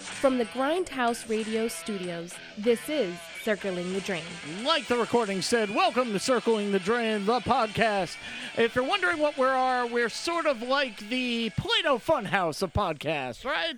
From the Grindhouse Radio Studios, this is Circling the Drain. Like the recording said, welcome to Circling the Drain, the podcast. If you're wondering what we are, we're sort of like the Play-Doh Funhouse of podcasts, right?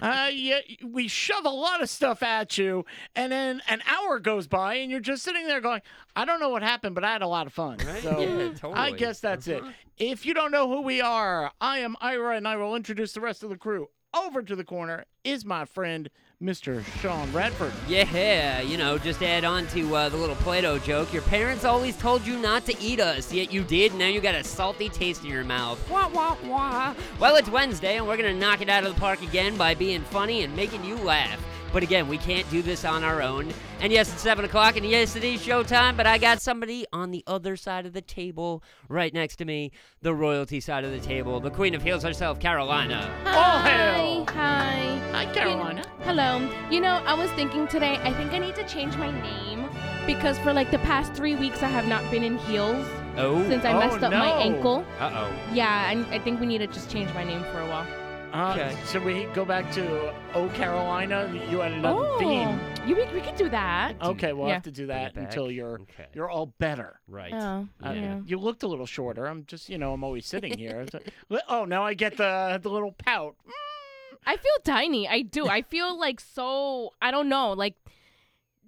uh, yeah, we shove a lot of stuff at you, and then an hour goes by, and you're just sitting there going, I don't know what happened, but I had a lot of fun. Right? So Yeah, totally. Uh-huh. I guess that's it. If you don't know who we are, I am Ira, and I will introduce the rest of the crew. Over to the corner is my friend, Mr. Sean Radford. Yeah, you know, just add on to uh, the little Play-Doh joke. Your parents always told you not to eat us, yet you did. Now you got a salty taste in your mouth. Wah wah wah. Well, it's Wednesday, and we're gonna knock it out of the park again by being funny and making you laugh. But again, we can't do this on our own. And yes, it's seven o'clock, and yes, it is showtime. But I got somebody on the other side of the table, right next to me, the royalty side of the table, the Queen of Heels herself, Carolina. All hail. Hi. Hi, You kn- Carolina. hello. You know, I was thinking today, I think I need to change my name because for like the past three weeks, I have not been in heels Oh. since I oh, messed up my no. ankle. Uh oh. Yeah, and I think we need to just change my name for a while. Uh, Okay. Should we go back to Oh Carolina? You had another theme. oh, you, we, we could do that. Okay, we'll Yeah. have to do that Bring it back. until you're Okay. you're all better. Right. Oh, Uh, yeah. You looked a little shorter. I'm just, you know, I'm always sitting here. It's like, oh, now I get the the little pout. Mm, I feel tiny. I do. I feel like so. I don't know. Like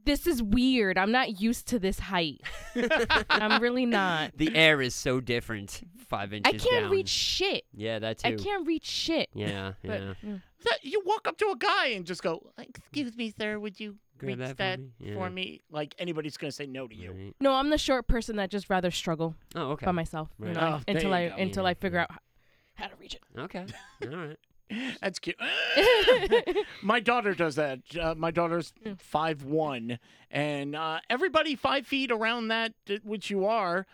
this is weird. I'm not used to this height. I'm really not. The air is so different. Five I inches. can't down. reach shit. Yeah, that too. I can't reach shit. Yeah, But- yeah. That- You walk up to a guy and just go, "Excuse me, sir, would you Grab reach that that, for me?" Yeah. for me?" Like anybody's gonna say no to you. Right. No, I'm the short person that just rather struggle Oh, okay. by myself you Right. know, Oh, there until you I go. until Yeah, I figure yeah. out h- how to reach Okay. All right. That's cute. it. My daughter does that. Uh, my daughter's Mm. five one, and uh, everybody five feet around that, uh, which you are,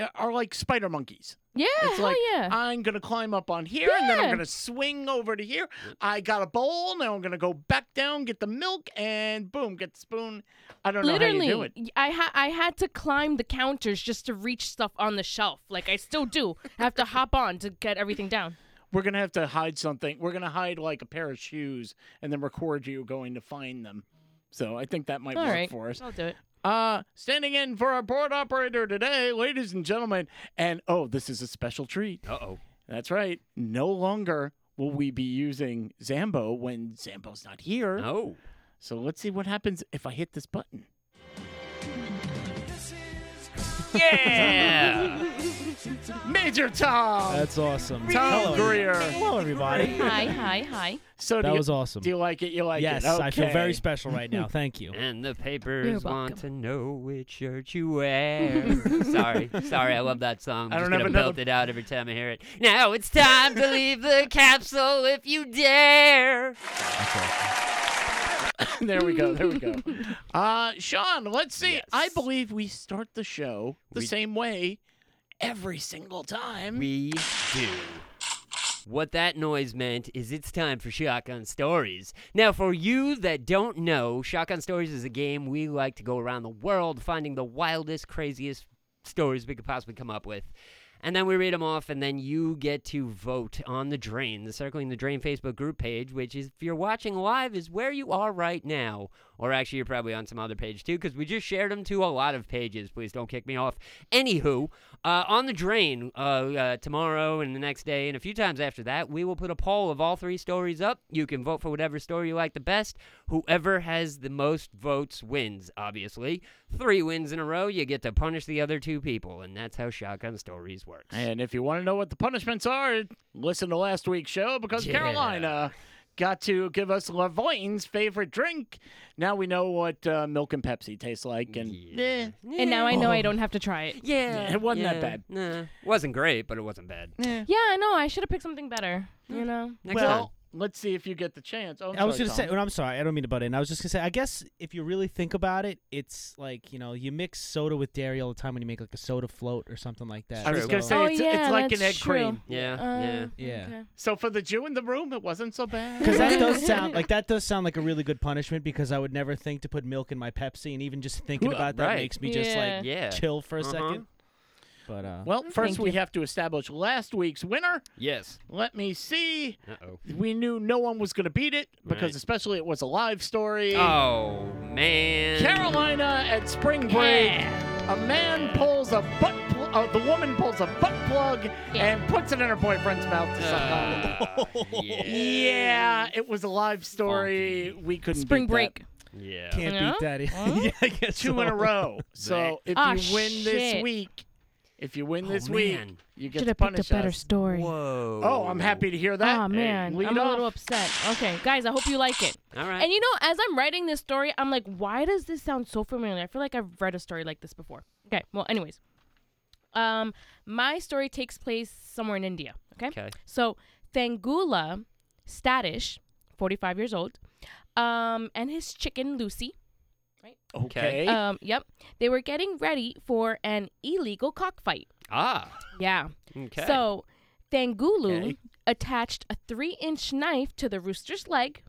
uh, are like spider monkeys. yeah, It's hell like yeah. I'm gonna climb up on here, and then I'm Yeah. gonna swing over to here. I got a bowl. Now I'm gonna go back down, get the milk, and boom, get the spoon. I don't know how you do Literally, it. y- I ha- I had to climb the counters just to reach stuff on the shelf. Like I still do. I have to hop on to get everything down. We're gonna have to hide something. We're gonna hide like a pair of shoes, and then record you going to find them. So I think that might All work right. for us. I'll do it. Uh, standing in for our board operator today, ladies and gentlemen, and oh, this is a special treat. Uh oh. That's right. No longer will we be using Zambo when Zambo's not here. Oh. So let's see what happens if I hit this button. Yeah. Major Tom, That's awesome. Tom Greer. Hello, everybody. Hi, hi, hi. So do That you, was awesome. do you like it? You like yes, it? I feel very Okay. special right now. Thank you. and the papers want welcome. to know which shirt you wear. sorry, sorry, I love that song. I'm I don't just gonna have another- belt it out every time I hear it. Now it's time to leave the capsule if you dare. there we go. There we go. Uh, Sean, let's see. I believe we start the show the We- same way every single time. We do. What that noise meant is it's time for Shotgun Stories. Now, for you that don't know, Shotgun Stories is a game we like to go around the world finding the wildest, craziest stories we could possibly come up with. And then we read them off, and then you get to vote on the Drain, the Circling the Drain Facebook group page, which is, if you're watching live, is where you are right now. Or actually, you're probably on some other page too, because we just shared them to a lot of pages. Please don't kick me off. Anywho, uh, on the Drain uh, uh, tomorrow and the next day, and a few times after that, we will put a poll of all three stories up. You can vote for whatever story you like the best. Whoever has the most votes wins, obviously. Three wins in a row, you get to punish the other two people, and that's how Shotgun Stories works. And if you want to know what the punishments are, listen to last week's show because Yeah. Carolina got to give us Lavoine's favorite drink. Now we know what uh, milk and Pepsi tastes like, and eh, Yeah. And now I know I don't have to try it. Yeah, It wasn't that yeah, bad. Nah, wasn't great, but it wasn't bad. Eh. Yeah, I know. I should have picked something better. You know. Next well, time. let's see if you get the chance. Oh, I'm I was sorry, gonna say, Tom. well, I'm sorry, I don't mean to butt in. I was just gonna say, I guess if you really think about it, it's like you know, you mix soda with dairy all the time when you make like a soda float or something like that. I was True. gonna So- say Oh, it's, yeah, it's like an that's egg true. cream. Yeah, Uh, yeah. Yeah. okay. So for the Jew in the room, it wasn't so bad. Because that does sound like that does sound like a really good punishment because I would never think to put milk in my Pepsi and even just thinking Well, about that right. makes me just Yeah. like Yeah. chill for a Uh-huh. second. But uh, Well, first Thank we you. have to establish last week's winner. Yes. Let me see. Uh oh. We knew no one was going to beat it because, Right. especially, it was a live story. Oh man. Carolina at spring break. A man pulls a butt. Pl- uh, the woman pulls a butt plug and puts it in her boyfriend's mouth to suck on. Uh, yeah. Yeah, it was a live story. Funky. We couldn't. Spring beat that. break. Yeah. can't Yeah? beat that. Huh? yeah, I guess Two in a so. row. So if Ah, you win this shit. week, if you win Oh, this week, man. you get Should to have picked a punish better us. story. Whoa. Oh, I'm happy to hear that. Aw, man, lead I'm a little off. upset. Okay, guys, I hope you like it. All right. And you know, as I'm writing this story, I'm like, why does this sound so familiar? I feel like I've read a story like this before. Okay, well, anyways, um, my story takes place somewhere in India. Okay, okay. so Thangula Statish, 45 years old, um, and his chicken Lucy, Okay. um, yep, they were getting ready for an illegal cockfight. Ah. Yeah. Okay. So Thangulu Okay. attached a three-inch knife to the rooster's leg.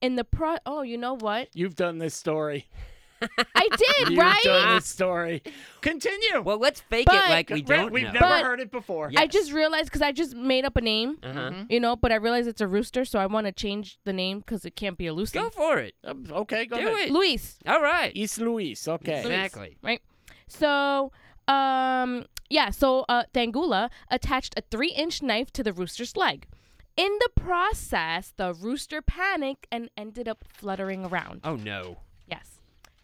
In the pro, oh, you know what? You've done this story. I did, You've right? done this story. Continue. well, let's fake But- it like we Right, don't We've know. never But- heard it before. Yeah. I just realized because I just made up a name, uh-huh. you know, but I realized it's a rooster, so I want to change the name because it can't be a Lucy. Go for it. Um, okay, go Do ahead. it. Luis, All right. East Luis. Okay. Exactly. right? So, um, yeah. So uh, Thangula attached a three-inch knife to the rooster's leg. In the process, the rooster panicked and ended up fluttering around. Oh no. Yes.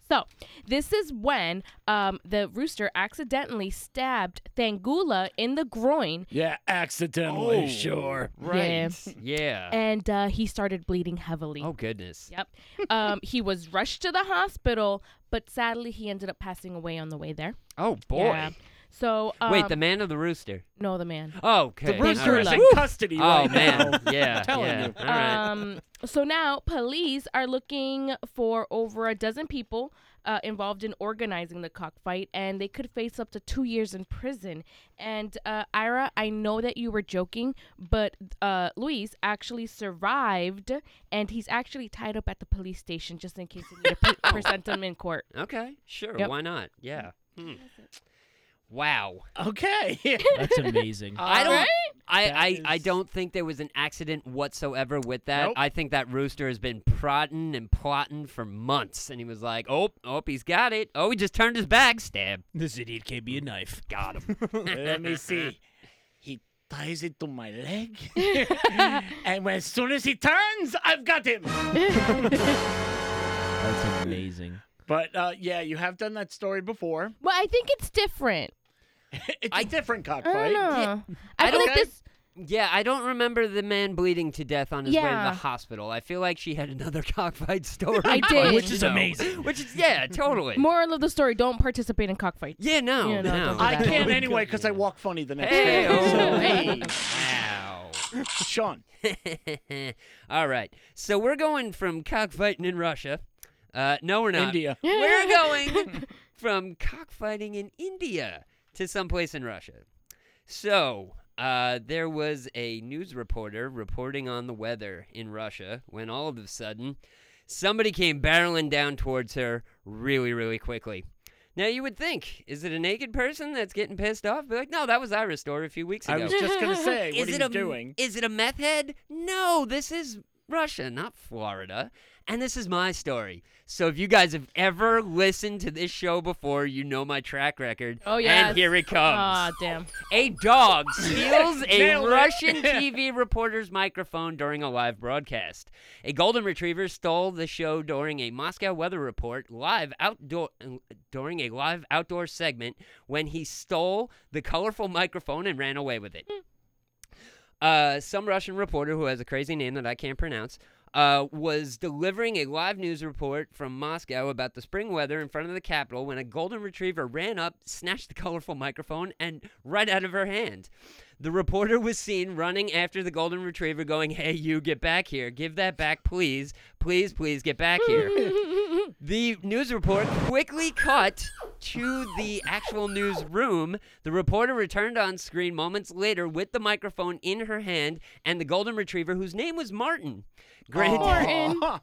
So this is when um, the rooster accidentally stabbed Thangula in the groin, Yeah, accidentally, Oh. sure. Right. Yeah. Yeah. and uh, he started bleeding heavily. oh goodness. Yep. Um, he was rushed to the hospital, but sadly he ended up passing away on the way there. Oh boy. Yeah. So um, Wait, the man or the rooster? no, the man. Okay. The all rooster Brewster right. is in custody Oh right now. man. yeah. telling yeah. you. All right. Um, so now police are looking for over a dozen people uh, involved in organizing the cockfight, and they could face up to two years in prison. And uh, Ira, I know that you were joking, but uh, Luis actually survived, and he's actually tied up at the police station just in case they need to Oh. pre- present him in court. okay. Sure. Yep. Why not? Yeah. Hmm. Wow. Okay. That's amazing. I don't. Alright. I, That I, I is- don't think there was an accident whatsoever with that. Nope. I think that rooster has been prodding and plotting for months, and he was like, "Oh, oh, he's got it. Oh, he just turned his back. Stab. this idiot can't be a knife. Got him. Let me see. He ties it to my leg. and when, as soon as he turns, I've got him. That's amazing. But uh, yeah, you have done that story before. Well, I think it's different. It's a different I don't cockfight. know. I feel don't- like this. yeah, I don't remember the man bleeding to death on his way to Yeah. the hospital. I feel like she had another cockfight story. I but did. Which is no. amazing. Which is yeah, totally. Moral of the story: Don't participate in cockfights. yeah, no, Yeah, no, no. don't do I that. can't anyway because I walk funny the next Hey, day. oh, So, hey, wow. Sean. All right. So we're going from cockfighting in Russia. Uh, no, we're not. India. We're going from cockfighting in India to someplace in Russia. So uh, there was a news reporter reporting on the weather in Russia when all of a sudden somebody came barreling down towards her really, really quickly. Now you would think, is it a naked person that's getting pissed off? Be like, no, that was Ira's story a few weeks ago I was just going to say, what are it you a, doing? Is it a meth head? No, this is Russia, not Florida. And this is my story. So if you guys have ever listened to this show before, you know my track record. Oh yeah. And here it Ah, comes. damn. a dog steals a Nailed it. Russian TV reporter's microphone during a live broadcast. A golden retriever stole the show during a Moscow weather report live outdoor during a live outdoor segment when he stole the colorful microphone and ran away with it. Uh, some Russian reporter who has a crazy name that I can't pronounce uh, was delivering a live news report from Moscow about the spring weather in front of the capital when a golden retriever ran up, snatched the colorful microphone, and right out of her hand. The reporter was seen running after the golden retriever, going, Hey, you, get back here. Give that back, please. Please, please, get back here. The news report quickly cut to the actual newsroom. The reporter returned on screen moments later with the microphone in her hand and the golden retriever, whose name was Martin. Granted, Martin. Aw.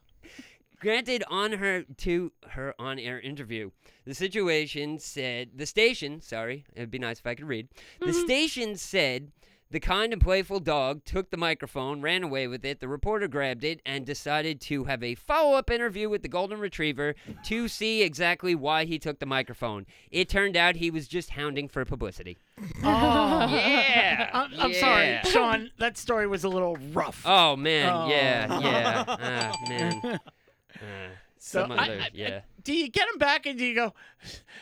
Granted, on her to her on-air interview, the situation said the station. Sorry, it'd be nice if I could read. The station said the kind and playful dog took the microphone, ran away with it. The reporter grabbed it and decided to have a follow-up interview with the golden retriever to see exactly why he took the microphone. It turned out he was just hounding for publicity. yeah, Oh, I'm, I'm sorry, yeah. Sean. That story was a little rough. Oh man, Oh. yeah, yeah, ah, man. Uh, some I- other, I- I- yeah. do you get him back and do you go,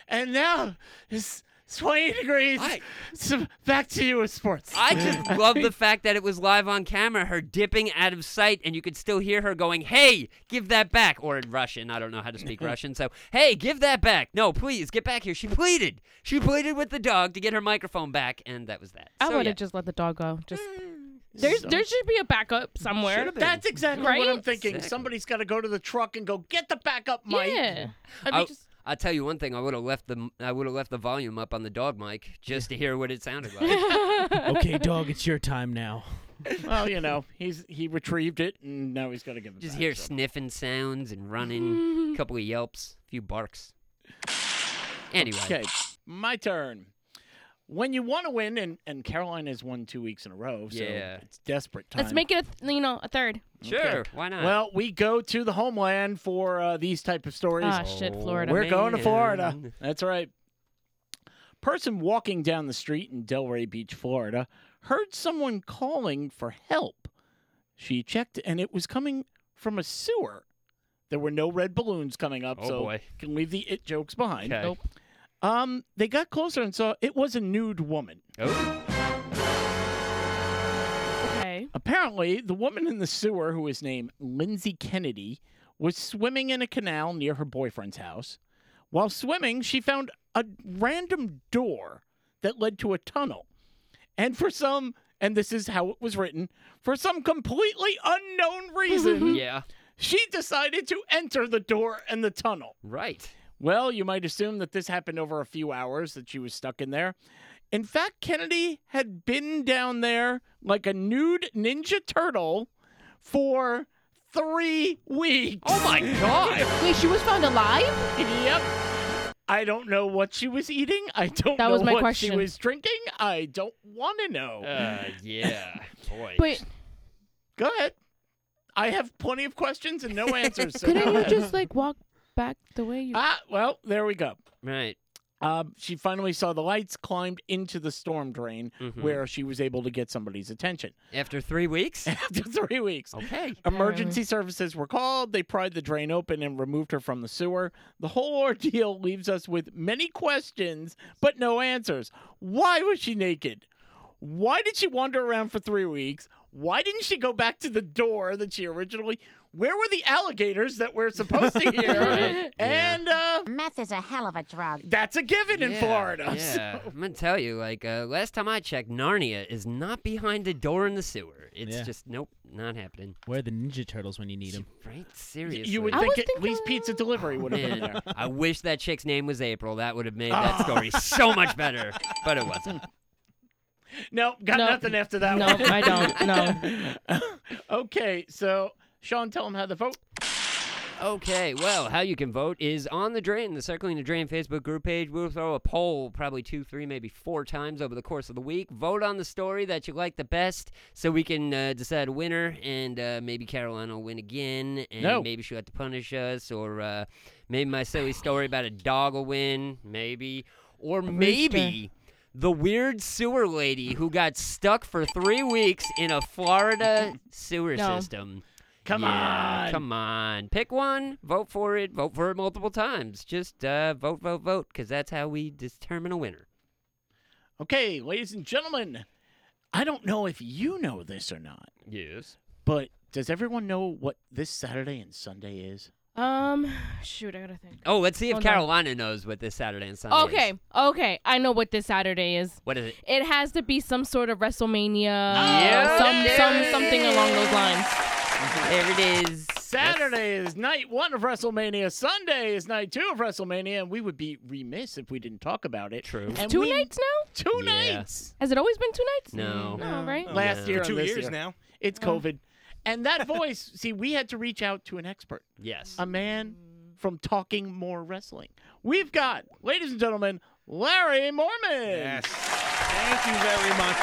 and now it's 20 degrees. I- so back to you with sports. I just love the fact that it was live on camera, her dipping out of sight, and you could still hear her going, Hey, give that back. Or in Russian, I don't know how to speak Russian, so, Hey, give that back. No, please, get back here. She pleaded. She pleaded with the dog to get her microphone back, and that was that. I so, would have yeah. Mm. just let the dog go. Just there's So- there should be a backup somewhere. That's exactly Right? what I'm thinking. Exactly. Somebody's got to go to the truck and go get the backup mic. Yeah. I mean, I'll, just- I'll tell you one thing. I would have left the I would have left the volume up on the dog mic just to hear what it sounded like. okay, dog, it's your time now. well, you know, he's he retrieved it and now he's got to give it just back, hear so. sniffing sounds and running, a couple of yelps, a few barks. Anyway, Okay, my turn. When you want to win, and, and Caroline has won two weeks in a row, so Yeah. it's desperate time. Let's make it a th- you know a third. sure, Okay. why not? Well, we go to the homeland for uh, these type of stories. Ah, shit, Florida. We're going to man. Florida. That's right. Person walking down the street in Delray Beach, Florida, heard someone calling for help. She checked, and it was coming from a sewer. There were no red balloons coming up, Oh, so boy. can leave the it jokes behind. Okay. Nope. Um, they got closer and saw it was a nude woman. Oh, Okay. Apparently, the woman in the sewer, who is named Lindsay Kennedy, was swimming in a canal near her boyfriend's house. While swimming, she found a random door that led to a tunnel. And for some, and this is how it was written, for some completely unknown reason, yeah, she decided to enter the door and the tunnel. right. Well, you might assume that this happened over a few hours that she was stuck in there. In fact, Kennedy had been down there like a nude Ninja Turtle for three weeks. Oh my god. Wait, she was found alive? yep. I don't know what she was eating. I don't That know was my what she question. was drinking. I don't want to know. uh, yeah, boy. But Go ahead. I have plenty of questions and no answers. so go couldn't you ahead. just like walk back the way you? Ah, well, there we go. right. Um, she finally saw the lights, climbed into the storm drain Mhm. where she was able to get somebody's attention. After three weeks. After three weeks, Okay. emergency services were called. They pried the drain open and removed her from the sewer. The whole ordeal leaves us with many questions, but no answers. Why was she naked? Why did she wander around for three weeks? Why didn't she go back to the door that she originally? Where were the alligators that we're supposed to hear? Right, yeah. And uh, Meth is a hell of a drug. that's a given in Yeah, Florida. Yeah, I'm gonna tell you. Like uh, last time I checked, Narnia is not behind a door in the sewer. It's Yeah. just nope, not happening. Where are the Ninja Turtles when you need them? Right? Seriously. You would I think was at thinking- least pizza delivery would have been there. Man, I wish that chick's name was April. That would have made that story so much better. But it wasn't. Nope, got Nope. nothing after that no, one. I don't. No. okay, so Sean, tell him how to vote. Okay, well, how you can vote is on the drain, the Circling the Drain Facebook group page. We'll throw a poll probably two, three, maybe four times over the course of the week. Vote on the story that you like the best so we can uh, decide a winner, and uh, maybe Caroline will win again, and No. maybe she'll have to punish us, or uh, maybe my silly story about a dog will win, maybe. Or maybe the weird sewer lady who got stuck for three weeks in a Florida sewer No. system. Come Yeah, on. Come on. Pick one, vote for it, vote for it multiple times. Just uh, vote, vote, vote, because that's how we determine a winner. Okay, ladies and gentlemen, I don't know if you know this or not, Yes. but does everyone know what this Saturday and Sunday is? Um, shoot, I gotta think. Oh, let's see if Oh, no. Carolina knows what this Saturday and Sunday is. Okay, okay, I know what this Saturday is. What is it? It has to be some sort of WrestleMania, Yeah, some, there some it something along those lines. There it is. Saturday is night one of WrestleMania. Sunday is night two of WrestleMania, and we would be remiss if we didn't talk about it. True. And Two we- nights now? Two Yeah. Oh, nights. Has it always been two nights? No. No, right? Last No. year, and Two this years year. Oh. now. It's COVID. And that voice, see, we had to reach out to an expert, Yes. a man from Talking More Wrestling. We've got, ladies and gentlemen, Larry Mormon. Yes. Thank you very much.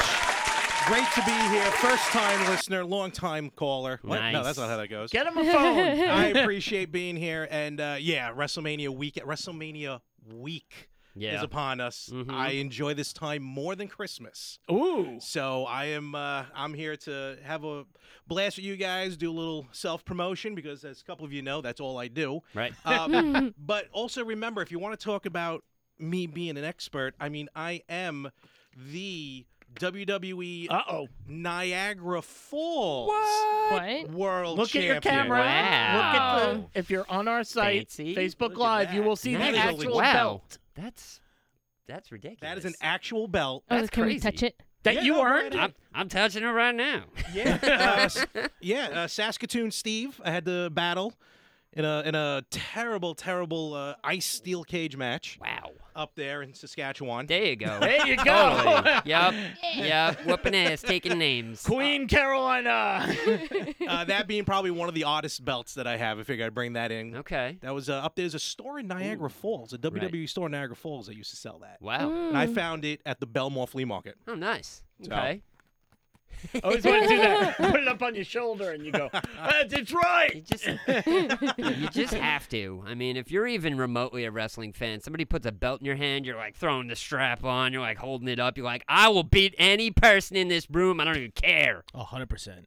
Great to be here. First time listener, long time caller. What? No, Nice. that's not how that goes. Get him a phone. I appreciate being here. And uh, yeah, WrestleMania week. WrestleMania week yeah. is upon us. Mhm. I enjoy this time more than Christmas. Ooh. So I am uh, I'm here to have a blast with you guys, do a little self promotion because as a couple of you know, that's all I do. right. Um, but also remember, if you want to talk about me being an expert, I mean, I am the WWE Uh oh. Niagara Falls What? World Look at Champion. your camera. Look at Wow. the. If you're on our site, Fancy. Facebook Look at Live, you that. will see That the is a actual wow. belt That's that's ridiculous. That is an actual belt. Oh, That's can we crazy. touch it? that Yeah, you no, earned. right I'm, I'm touching it right now. Yeah, uh, s- yeah. Uh, Saskatoon Steve, I had to battle in a in a terrible, terrible uh, ice steel cage match Wow. up there in Saskatchewan. There you go. There you go. Totally. yep. Yep. Whooping ass, taking names. Queen Carolina. uh, that being probably one of the oddest belts that I have. I figured I'd bring that in. Okay. That was uh, up there's a store in Niagara Falls, a WWE store in Niagara Falls that used to sell that. mm. Wow. And I found it at the Belmore Flea Market. Oh, nice. So- Okay. Always want to do that. Put it up on your shoulder and you go, that's it's right. You just you just have to. I mean, if you're even remotely a wrestling fan, somebody puts a belt in your hand, you're like throwing the strap on, you're like holding it up, you're like, I will beat any person in this room. I don't even care. A hundred percent.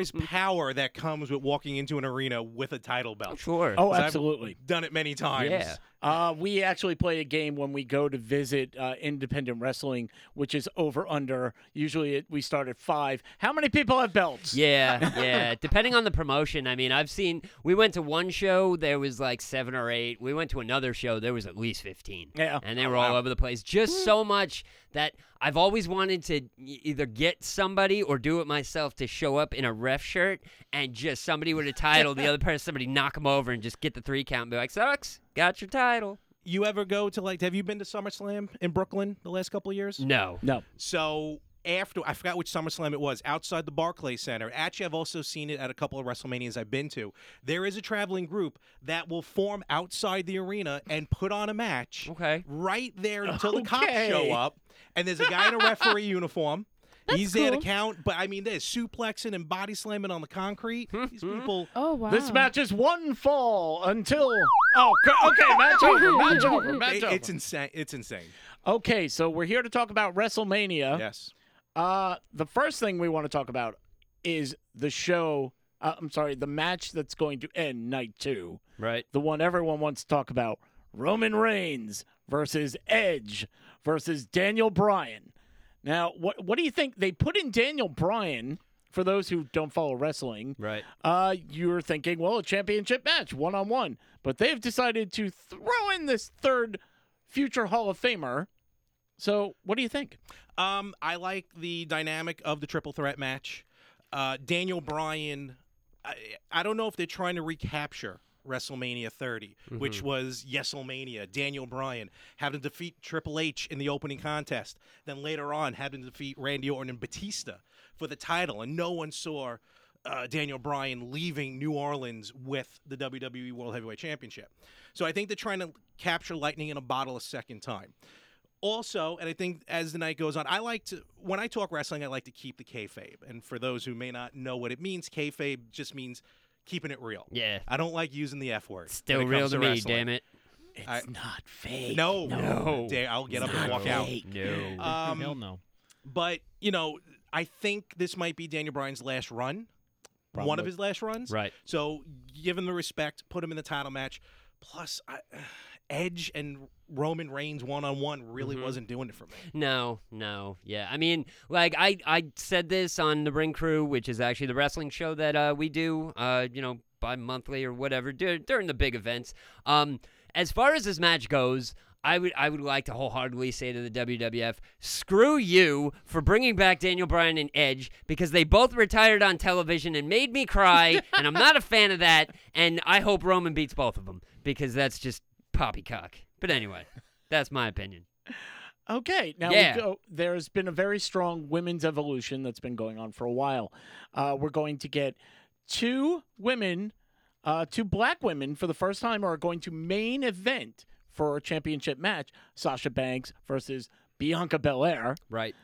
is power that comes with walking into an arena with a title belt. Sure. Oh, I've- absolutely. Done it many times. Yeah. Uh, we actually play a game when we go to visit uh, independent wrestling, which is over under. Usually it, we start at five. How many people have belts? Yeah, yeah. Depending on the promotion, I mean, I've seen. We went to one show, there was like seven or eight. We went to another show, there was at least fifteen. Yeah. and they were all over the place. Just so much that I've always wanted to e- either get somebody or do it myself to show up in a ref shirt and just somebody with a title, the other person, somebody knock them over and just get the three count and be like, "Sucks, got your title." You ever go to like have you been to SummerSlam in Brooklyn the last couple of years? No. No. So after I forgot which SummerSlam it was, outside the Barclays Center. Actually, I've also seen it at a couple of WrestleManias I've been to. There is a traveling group that will form outside the arena and put on a match. Okay. Right there until the cops Okay. show up, and there's a guy in a referee uniform. He's there to cool. count, but I mean, they're suplexing and body slamming on the concrete. These Mm-hmm. people. Oh wow. This match is one fall until. Oh, c- okay. Match over. Match over. Match it- over. it's insane. It's insane. okay, so we're here to talk about WrestleMania. Yes. Uh, the first thing we want to talk about is the show. Uh, I'm sorry, the match that's going to end night two. Right. The one everyone wants to talk about Roman Reigns versus Edge versus Daniel Bryan. Now, what, what do you think? They put in Daniel Bryan, for those who don't follow wrestling. Right. Uh, you're thinking, well, a championship match, one on one. But they've decided to throw in this third future Hall of Famer. So, what do you think? Um, I like the dynamic of the triple threat match. Uh, Daniel Bryan, I, I don't know if they're trying to recapture WrestleMania 30, which was Yeselmania. Daniel Bryan having to defeat Triple H in the opening contest, then later on having to defeat Randy Orton and Batista for the title, and no one saw. Uh, Daniel Bryan leaving New Orleans with the WWE World Heavyweight Championship. So I think they're trying to capture lightning in a bottle a second time also, and I think as the night goes on, I like to when I talk wrestling, I like to keep the kayfabe. And for those who may not know what it means, kayfabe just means keeping it real. Yeah. I don't like using the F word. Still when it real comes to me, wrestling. damn it. It's I- not fake. No, No. Dare- I'll get up and walk out. No. Um, Hell no. But you know, I think this might be Daniel Bryan's last run, one of Probably. his last runs. right. So give him the respect, put him in the title match. Plus, I, Edge and Roman Reigns one on one really Mhm. wasn't doing it for me. No, no, yeah. I mean, like I, I said this on the Ring Crew, which is actually the wrestling show that uh, we do, uh, you know, bi-monthly or whatever dur- during the big events. Um, as far as this match goes, I would, I would like to wholeheartedly say to the WWF, screw you for bringing back Daniel Bryan and Edge because they both retired on television and made me cry, and I'm not a fan of that. And I hope Roman beats both of them because that's just poppycock. But anyway, that's my opinion. Okay, now Yeah. we go. There's been a very strong women's evolution that's been going on for a while. Uh, we're going to get two women, uh, two black women for the first time are going to main event for a championship match. Sasha Banks versus Bianca Belair. Right.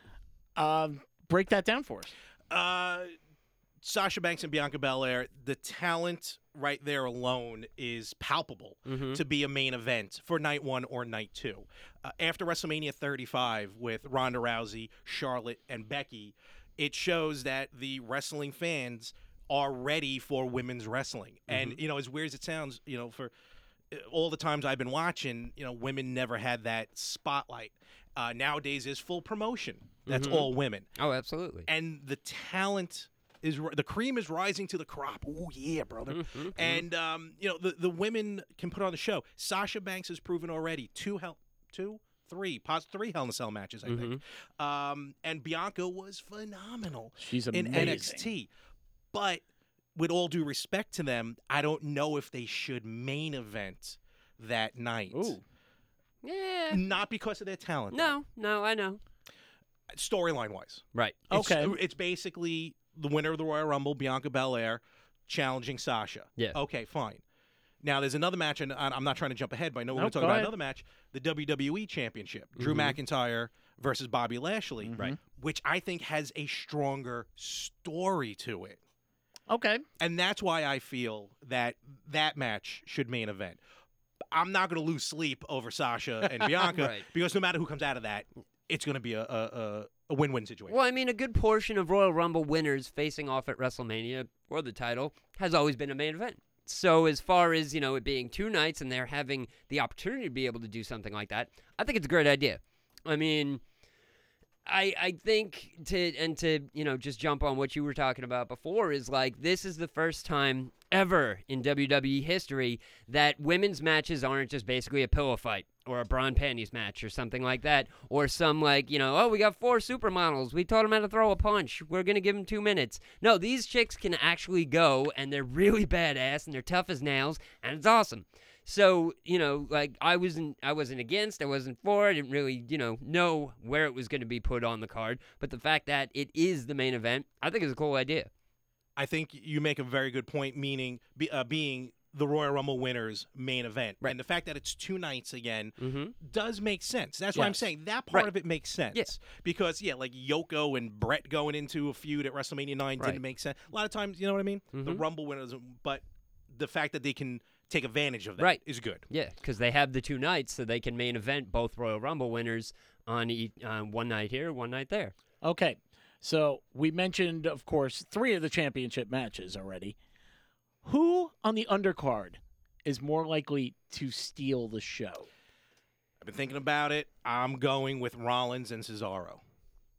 Um, break that down for us. Uh, Sasha Banks and Bianca Belair, the talent right there alone is palpable Mm-hmm. to be a main event for night one or night two. Uh, after WrestleMania 35 with Ronda Rousey, Charlotte, and Becky, it shows that the wrestling fans are ready for women's wrestling. And, you know, as weird as it sounds, you know, for uh, all the times I've been watching, you know, women never had that spotlight. Uh, nowadays is full promotion. That's Mhm. all women Oh, absolutely. and the talent is ri- the cream is rising to the crop. Oh yeah, brother. Mm-hmm, Mhm, And um, you know the the women can put on a show. Sasha Banks has proven already two hell two three pos three Hell in a Cell matches I think. Um, and Bianca was phenomenal Mm-hmm. She's in amazing. NXT, but with all due respect to them, I don't know if they should main event that night. Ooh. yeah. Not because of their talent. Eh. No, no, I know. though. Storyline wise. Right. It's- uh, Okay. It's, basically the winner of the Royal Rumble, Bianca Belair, challenging Sasha. Yes. Okay, fine. Now there's another match, and I- I'm not trying to jump ahead, but I know we're Nope, going to talk go about ahead. Mm-hmm. another match: the WWE Championship, Drew McIntyre versus Bobby Lashley, Right. Which I think has a stronger story to it, Okay. and that's why I feel that that match should main event. I'm not going to lose sleep over Sasha and Bianca Right. because no matter who comes out of that, it's going to be a, a, a, a win-win situation. Well, I mean, a good portion of Royal Rumble winners facing off at WrestleMania for the title has always been a main event. So, as far as you know, it being two nights and they're having the opportunity to be able to do something like that, I think it's a great idea. I mean, I I think to and to you know just jump on what you were talking about before is like this is the first time ever in WWE history that women's matches aren't just basically a pillow fight or a brawn panties match or something like that or some like you know oh we got four supermodels we taught them how to throw a punch we're gonna give them two minutes no these chicks can actually go and they're really badass and they're tough as nails and it's awesome so you know, like I wasn't, I wasn't against, I wasn't for. I didn't really, you know, know where it was going to be put on the card. But the fact that it is the main event, I think is a cool idea. I think you make a very good point, meaning be, uh, being the Royal Rumble winners' main event, Right. and the fact that it's two nights again Mm-hmm. does make sense. That's why I'm Yes. saying that part Right. of it makes sense Yes. because yeah, like Yoko and Brett going into a feud at WrestleMania nine Right. didn't make sense. A lot of times, you know what I mean? The Mhm. Rumble winners, but the fact that they can take advantage of that is Right. good. Yeah, because they have the two nights, so they can main event both Royal Rumble winners on each, uh, one night here, one night there. Okay. So we mentioned, of course, three of the championship matches already. Who on the undercard is more likely to steal the show? I've been thinking about it. I'm going with Rollins and Cesaro.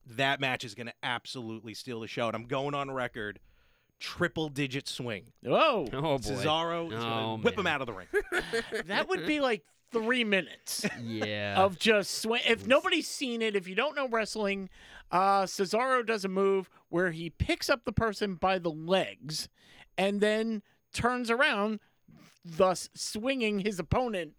That match is going to absolutely steal the show, and I'm going on record, triple digit swing. Whoa. Oh boy. Cesaro is Oh, going to whip him man. out of the ring. that would be like three minutes Yeah. of just swing. If nobody's seen it, if you don't know wrestling, uh, Cesaro does a move where he picks up the person by the legs and then turns around, thus swinging his opponent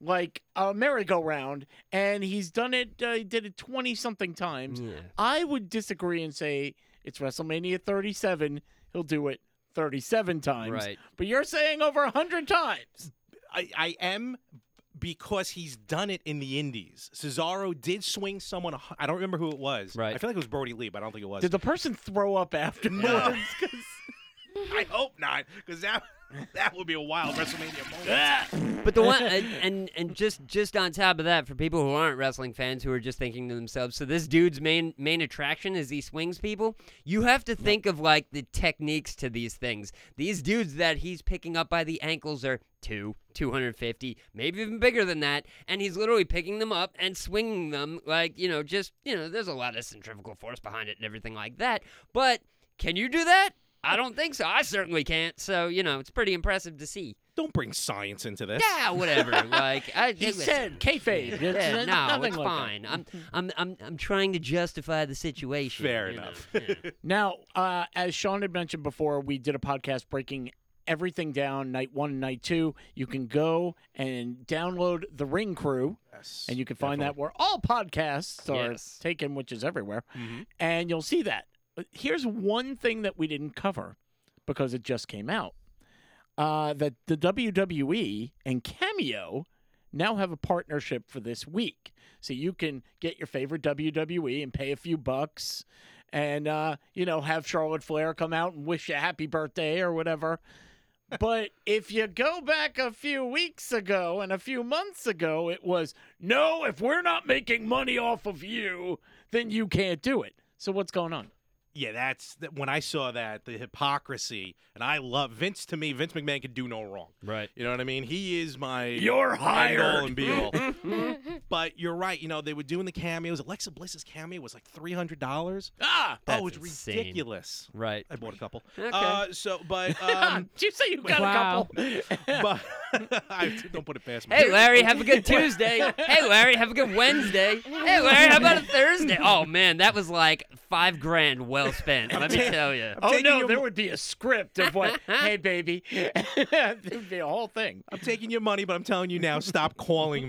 like a merry-go-round. And he's done it, uh, he did it 20 something times. yeah. I would disagree and say it's WrestleMania 37. He'll do it 37 times. Right. But you're saying over 100 times. I, I am because he's done it in the indies. Cesaro did swing someone. a hu- I don't remember who it was. Right. I feel like it was Brody Lee, but I don't think it was. Did the person throw up after? no. I hope not, because that that would be a wild WrestleMania moment. But the one and, and and just just on top of that, for people who aren't wrestling fans who are just thinking to themselves, so this dude's main main attraction is he swings people. You have to think of like the techniques to these things. These dudes that he's picking up by the ankles are two, two hundred fifty, maybe even bigger than that, and he's literally picking them up and swinging them like you know just you know there's a lot of centrifugal force behind it and everything like that. But can you do that? I don't think so. I certainly can't. So you know it's pretty impressive to see. Don't bring science into this. Yeah, whatever. like I He said kayfabe. It's yeah, n- no, nothing it's like that. fine. I'm, I'm, I'm, I'm trying to justify the situation. Fair you know, enough. yeah. Now, uh, as Sean had mentioned before, we did a podcast breaking everything down, night one and night two. You can go and download The Ring Crew, Yes, and you can find that definitely. where all podcasts are Yes. taken, Mm-hmm. which is everywhere. And you'll see that. But Here's one thing that we didn't cover because it just came out. Uh, that the WWE and Cameo now have a partnership for this week, so you can get your favorite WWE and pay a few bucks, and uh, you know have Charlotte Flair come out and wish you happy birthday or whatever. but if you go back a few weeks ago and a few months ago, it was no. If we're not making money off of you, then you can't do it. So what's going on? Yeah, that's that. When I saw that, the hypocrisy, and I love Vince. To me, Vince McMahon could do no wrong. Right. You know what I mean? He is my You're end all hired. and be all. but you're right. You know they were doing the cameos. Alexa Bliss's cameo was like three hundred dollars. Ah, Oh, That's it's insane. ridiculous. Right. I bought a couple. Okay. Uh, so, but ah, um, did you say you got Wow. a couple? but I don't put it past me. Hey Larry, have a good Tuesday. Hey Larry, have a good Wednesday. Hey Larry, how about a Thursday? Oh man, that was like five grand well spent. Let me tell you. oh taking no, your there mo- would be a script of what. hey, baby, there'd be a whole thing. I'm taking your money, but I'm telling you now, stop calling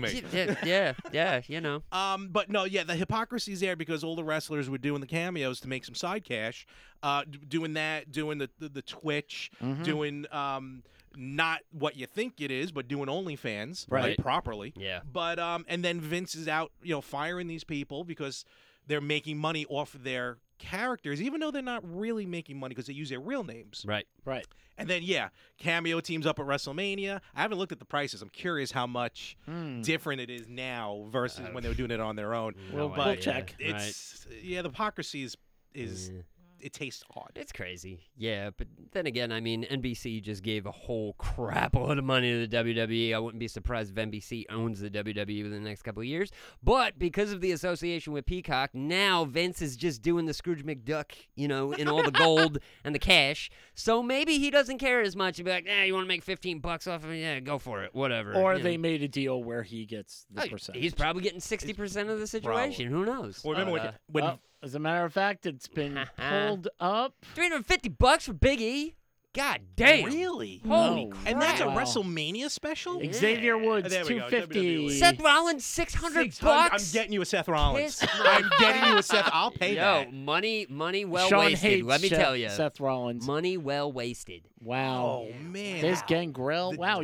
me. Yeah, yeah, yeah, you know. Um, but no, yeah, the hypocrisy's there because all the wrestlers were doing the cameos to make some side cash, uh, d- doing that, doing the the, the Twitch, Mm-hmm. doing um, not what you think it is, but doing OnlyFans like, Right. properly. Yeah. But um, and then Vince is out, you know, firing these people because they're making money off of their characters, even though they're not really making money because they use their real names. Right. Right. And then yeah, cameo teams up at WrestleMania. I haven't looked at the prices. I'm curious how much different it is now versus when they were doing it on their own. We'll- No we'll idea. check. Right. It's yeah, the hypocrisy is is Yeah. it tastes odd. It's crazy. Yeah, but then again, I mean, NBC just gave a whole crap load of money to the WWE. I wouldn't be surprised if NBC owns the WWE within the next couple of years. But because of the association with Peacock, now Vince is just doing the Scrooge McDuck, you know, in all the gold and the cash. So maybe he doesn't care as much. He'd be like, eh, you want to make 15 bucks off of me? Yeah, go for it. Whatever. Or you they know. made a deal where he gets the Oh, percentage. He's probably getting 60% of the situation. Who knows? Well, remember But, when, uh, when Well, as a matter of fact, it's been pulled up. 350 bucks for Big E? God damn. really Holy No. crap. and that's a Wow. WrestleMania special. Ex- Xavier Woods, Oh, There we go, E. 250. WWE. Seth Rollins, 600 600 I'm bucks. getting you a Seth Rollins. Kiss I'm my getting you a Seth. I'll pay Yo, that. money, money well Sean wasted. hates Let me Seth, tell you. Seth Rollins. Money well wasted. wow. Oh man, There's Gangrel. The- Wow.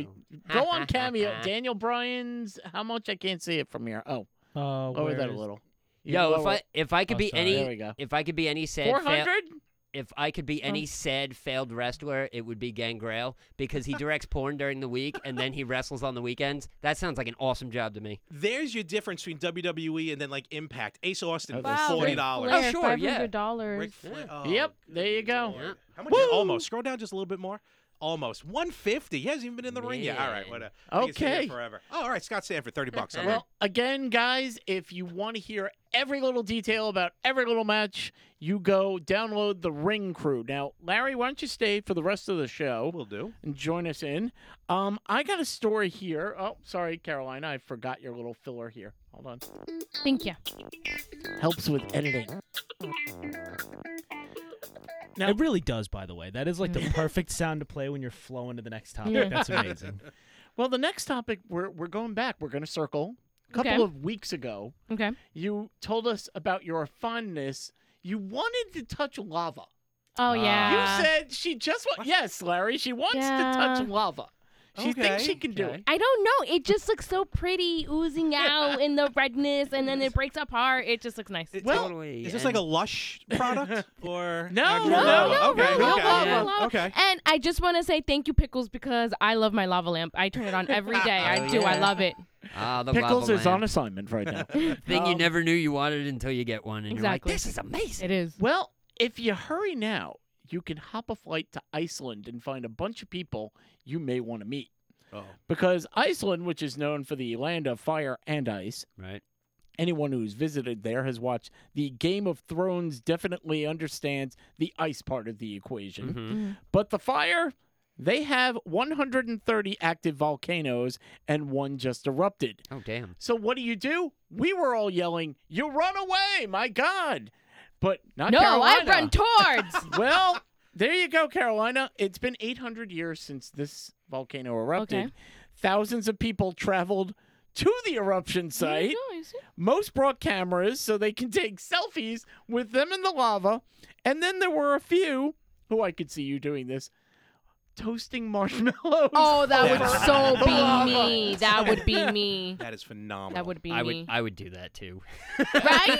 Go on Cameo. Daniel Bryan's. How much? I can't see it from here. Oh, Uh, lower where that a is- little. You Yo, if lower- I if I could Oh, be sorry. There we any go. if I could be any sad Four fail- hundred. if I could be any sad failed wrestler, it would be Gangrel because he directs porn during the week and then he wrestles on the weekends. That sounds like an awesome job to me. there's your difference between WWE and then like Impact. Ace Austin, Oh, for that's forty Ric dollars. Oh, sure, yeah. $500. Ric Flair. Oh, Yep, there you good go. lord. Yeah. How much? Almost. Scroll down just a little bit more. Almost 150. He hasn't even been in the ring yet. All right, Man. whatever. We can stay here Okay. Forever. Oh, all right, Scott Sanford, 30 bucks. All right. Well, again, guys, if you want to hear every little detail about every little match, you go download the Ring Crew. Now, Larry, why don't you stay for the rest of the show? will do. and join us in. Um, I got a story here. Oh, sorry, Carolina, I forgot your little filler here. Hold on. Thank you. Helps with editing. Now- It really does, by the way. That is like the perfect sound to play when you're flowing to the next topic. That's amazing. Well, the next topic we're we're going back. We're gonna circle. A couple Okay. of weeks ago, Okay. you told us about your fondness. You wanted to touch lava. Oh, You yeah. Uh, you said she just wants. Yes, Larry, she wants to Yeah. touch lava. She thinks Okay. she can do it. I don't know. It just looks so pretty, oozing out in the redness, and then it breaks apart. It just looks nice. It- Well, totally. Is this like a and- Lush product or No, Uh, No, Lava. no, Okay, real, okay. real lava, lava. Okay. And I just want to say thank you, Pickles, because I love my lava lamp. I turn it on every day. I Oh, do. I yeah. love it. ah, the Pickles lava is lamp. on assignment right now. thing you Um, never knew you wanted until you get one, and Exactly. you're like, "This is amazing." It is. Well, if you hurry now, you can hop a flight to Iceland and find a bunch of people you may want to meet. Oh. Because Iceland, which is known for the land of fire and ice, Right. anyone who's visited there has watched the Game of Thrones definitely understands the ice part of the equation. Mm-hmm. Mhm. But the fire, they have 130 active volcanoes and one just erupted. Oh damn. So what do you do? We were all yelling, "You run away, my god." But not No, I Carolina run towards. well, there you go, Carolina. It's been 800 years since this volcano erupted. Okay. Thousands of people traveled to the eruption site. Most brought cameras so they can take selfies with them in the lava. And then there were a few who I could oh, see you doing this toasting marshmallows. Oh, that would Yeah. so The be lava. me. That would be me. That is phenomenal. That would be I me. would I would do that too. right?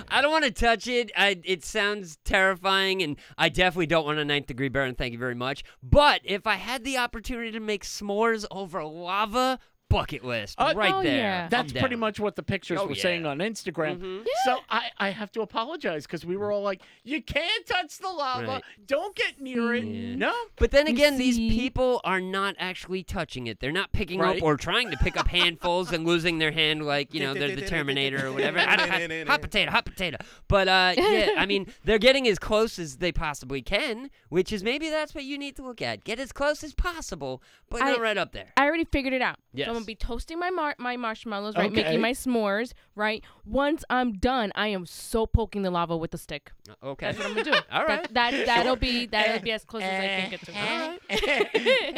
I don't want to touch it. I, it sounds terrifying, and I definitely don't want a ninth degree burn. Thank you very much. But if I had the opportunity to make s'mores over lava, bucket list Uh, right Oh, there. yeah. I'm That's pretty down. much what the pictures Oh, were yeah. Mm-hmm. saying on Instagram. So I, I have to apologize because we were all like, you can't touch the lava. Right. Don't get near it. Yeah. No. But then You again, these see? people are not actually touching it. They're not picking Right. up or trying to pick up handfuls and losing their hand, like you know they're the Terminator or whatever. I don't- hot, hot potato, hot potato. But uh, yeah, I mean they're getting as close as they possibly can, which is maybe that's what you need to look at. Get as close as possible, but I- not right up there. I already figured it out. Yes. So I'm gonna be toasting my mar- my marshmallows, right? Okay. Making my s'mores, right? Once I'm done, I am so poking the lava with the stick. Uh, Okay. That's what I'm gonna do. All right. That, that that'll be that'll be as close as I can get to. it.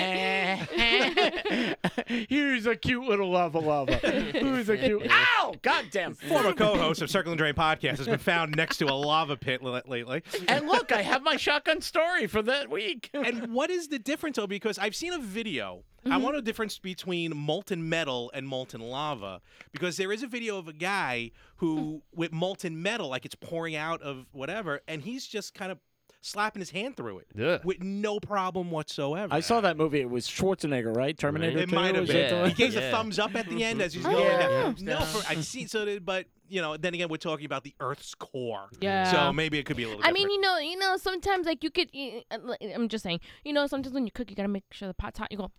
Here's a cute little lava lava. Who's a cute? Ow! Goddamn! Former co-host of Circle and Drain podcast has been found next to a lava pit li- lately. And look, I have my shotgun story for that week. And what is the difference though? Because I've seen a video. Mm-hmm. I want a difference between molten metal and molten lava because there is a video of a guy who Hmm. with molten metal, like it's pouring out of whatever, and he's just kind of slapping his hand through it Ugh. with no problem whatsoever. I saw that movie. It was Schwarzenegger, right? Terminator. It 2, might have was it the been. Yeah. He gives Yeah. a thumbs up at the end as he's Oh, going down. No, for, I've seen so, did- but you know, then again, we're talking about the Earth's core. Yeah. So maybe it could be a little. I Different. mean, you know, you know, sometimes like you could. y- uh, like, I'm just saying, you know, sometimes when you cook, you gotta make sure the pot's hot. You go,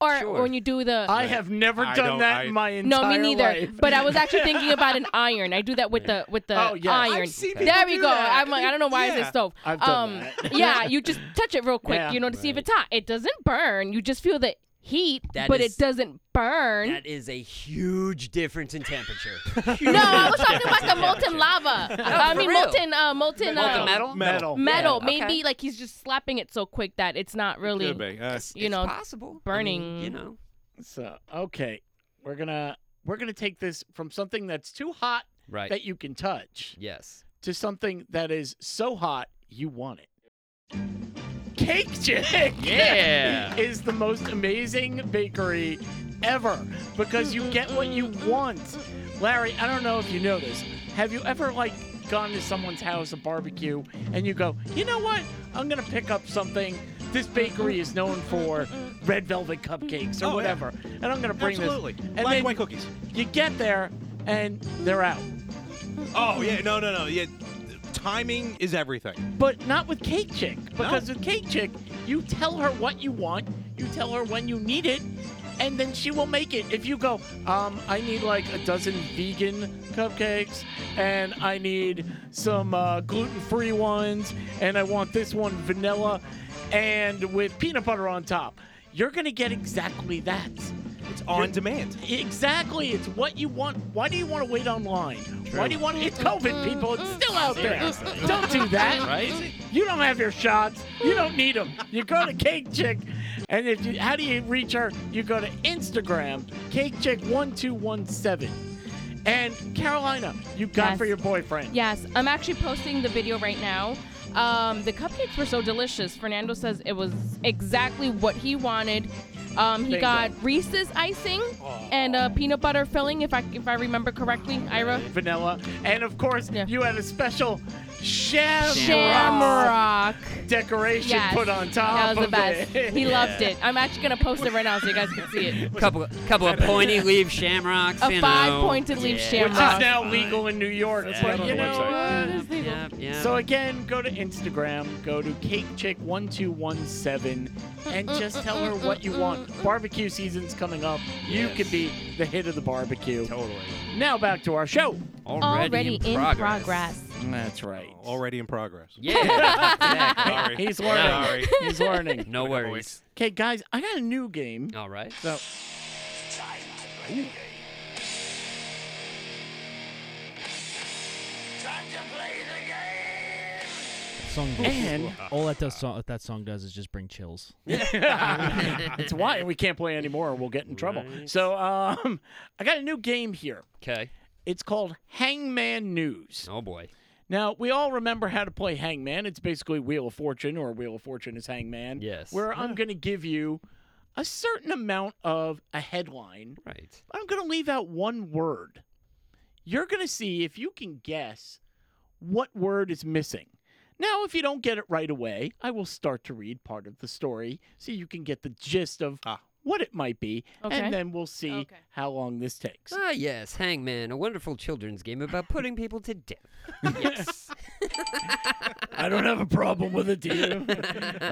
or, Sure. or when you do the. I have never I done don't- that I- in my entire no, me neither. life. But I was actually thinking about an iron. I do that with the with the Oh, yes. I've iron. seen people there we do go. that. I'm like, I don't know why it's Yeah. a stove. I've done um, that. yeah, you just touch it real quick, Yeah. you know, to see if it's hot. It doesn't burn. You just feel the heat, That but is- it doesn't burn. That is a huge difference in temperature. no, I was talking about the molten lava. I for mean, real. molten, uh, molten, Molten uh, metal? Metal. metal. Yeah, okay. Maybe like he's just slapping it so quick that it's not really. Could be. Uh, You know, possible. I mean, burning. you know. So okay, we're gonna we're gonna take this from something that's too hot Right. that you can touch yes. to something that is so hot you want it. Cake Chick Yeah. is the most amazing bakery ever because you get what you want. Larry, I don't know if you know this. Have you ever like gone to someone's house a barbecue and you go, you know what? I'm gonna pick up something. This bakery is known for red velvet cupcakes or Oh, yeah. whatever, and I'm gonna bring absolutely. this. And Black then and white cookies. you get there and they're out. Oh yeah, no, no, no. Yeah, timing is everything. But not with Cake Chick. Because with Cake Chick, you tell her what you want, you tell her when you need it, and then she will make it. If you go, um, I need like a dozen vegan cupcakes, and I need some uh, gluten free ones, and I want this one vanilla and with peanut butter on top, you're going to get exactly that. It's on You're- demand. Exactly. It's what you want. Why do you want to wait online? Why do you want to? It's COVID, people. Mm-hmm. It's still out there. Don't do that. Right? You don't have your shots. You don't need them. You go to Cake Chick, and if you, how do you reach her? You go to Instagram, Cake Chick one two one seven. And Carolina, you got Yes. for your boyfriend. Yes, I'm actually posting the video right now. Um, the cupcakes were so delicious. Fernando says it was exactly what he wanted. Um, he Bingo. got Reese's icing and a peanut butter filling, if I if I remember correctly, Ira. Vanilla, and of course, Yeah. you had a special shamrock, Shamrock. decoration Yes. put on top That was the of best. it. He loved it. I'm actually gonna post it right now so you guys can see it. Couple couple of pointy leaf shamrocks. A you know. five-pointed leaf which is Ah. shamrock. Shamrock. now legal in New York. Yeah. But on you the know website. what? It is legal. Yep, yep. So again, go to Instagram, go to cakechick1217, and just tell her what you want. Barbecue season's coming up. You Yes. could be the hit of the barbecue. totally Now back to our show. Already in progress. That's right. Already in progress. Yeah. exactly. Sorry. He's learning. Sorry. He's learning. No worries. Okay, guys, I got a new game. All right. So. Oh. Song And- all that does song, that song does is just bring chills. That's why we can't play anymore or we'll get in trouble. So um I got a new game here. Okay. It's called Hangman News. Oh boy. Now, we all remember how to play Hangman. It's basically Wheel of Fortune, or Wheel of Fortune is Hangman. Yes. Where I'm going to give you a certain amount of a headline. Right. I'm going to leave out one word. You're going to see if you can guess what word is missing. Now, if you don't get it right away, I will start to read part of the story so you can get the gist of Ah. what it might be, Okay. and then we'll see Okay. how long this takes. Ah, yes, Hangman, a wonderful children's game about putting people to death. I don't have a problem with it, do you?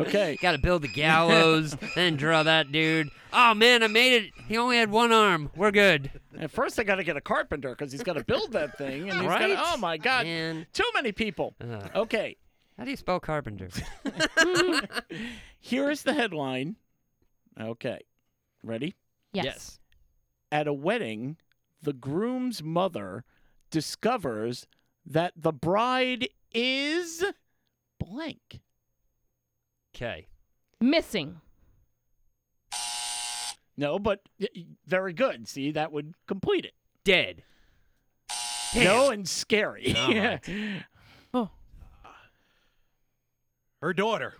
okay. Gotta build the gallows, then draw that dude. Oh man, I made it. He only had one arm. We're good. At first, I got to get a carpenter because he's got to build that thing. And he's Right? gotta, oh my God, Man. too many people. Ugh. Okay, How do you spell carpenter? here is the headline. Okay, ready? Yes. At a wedding, the groom's mother discovers that the bride is blank. Okay. Missing. No, but y- y- very good. See, that would complete it. Dead. No, and scary. All right. Her daughter.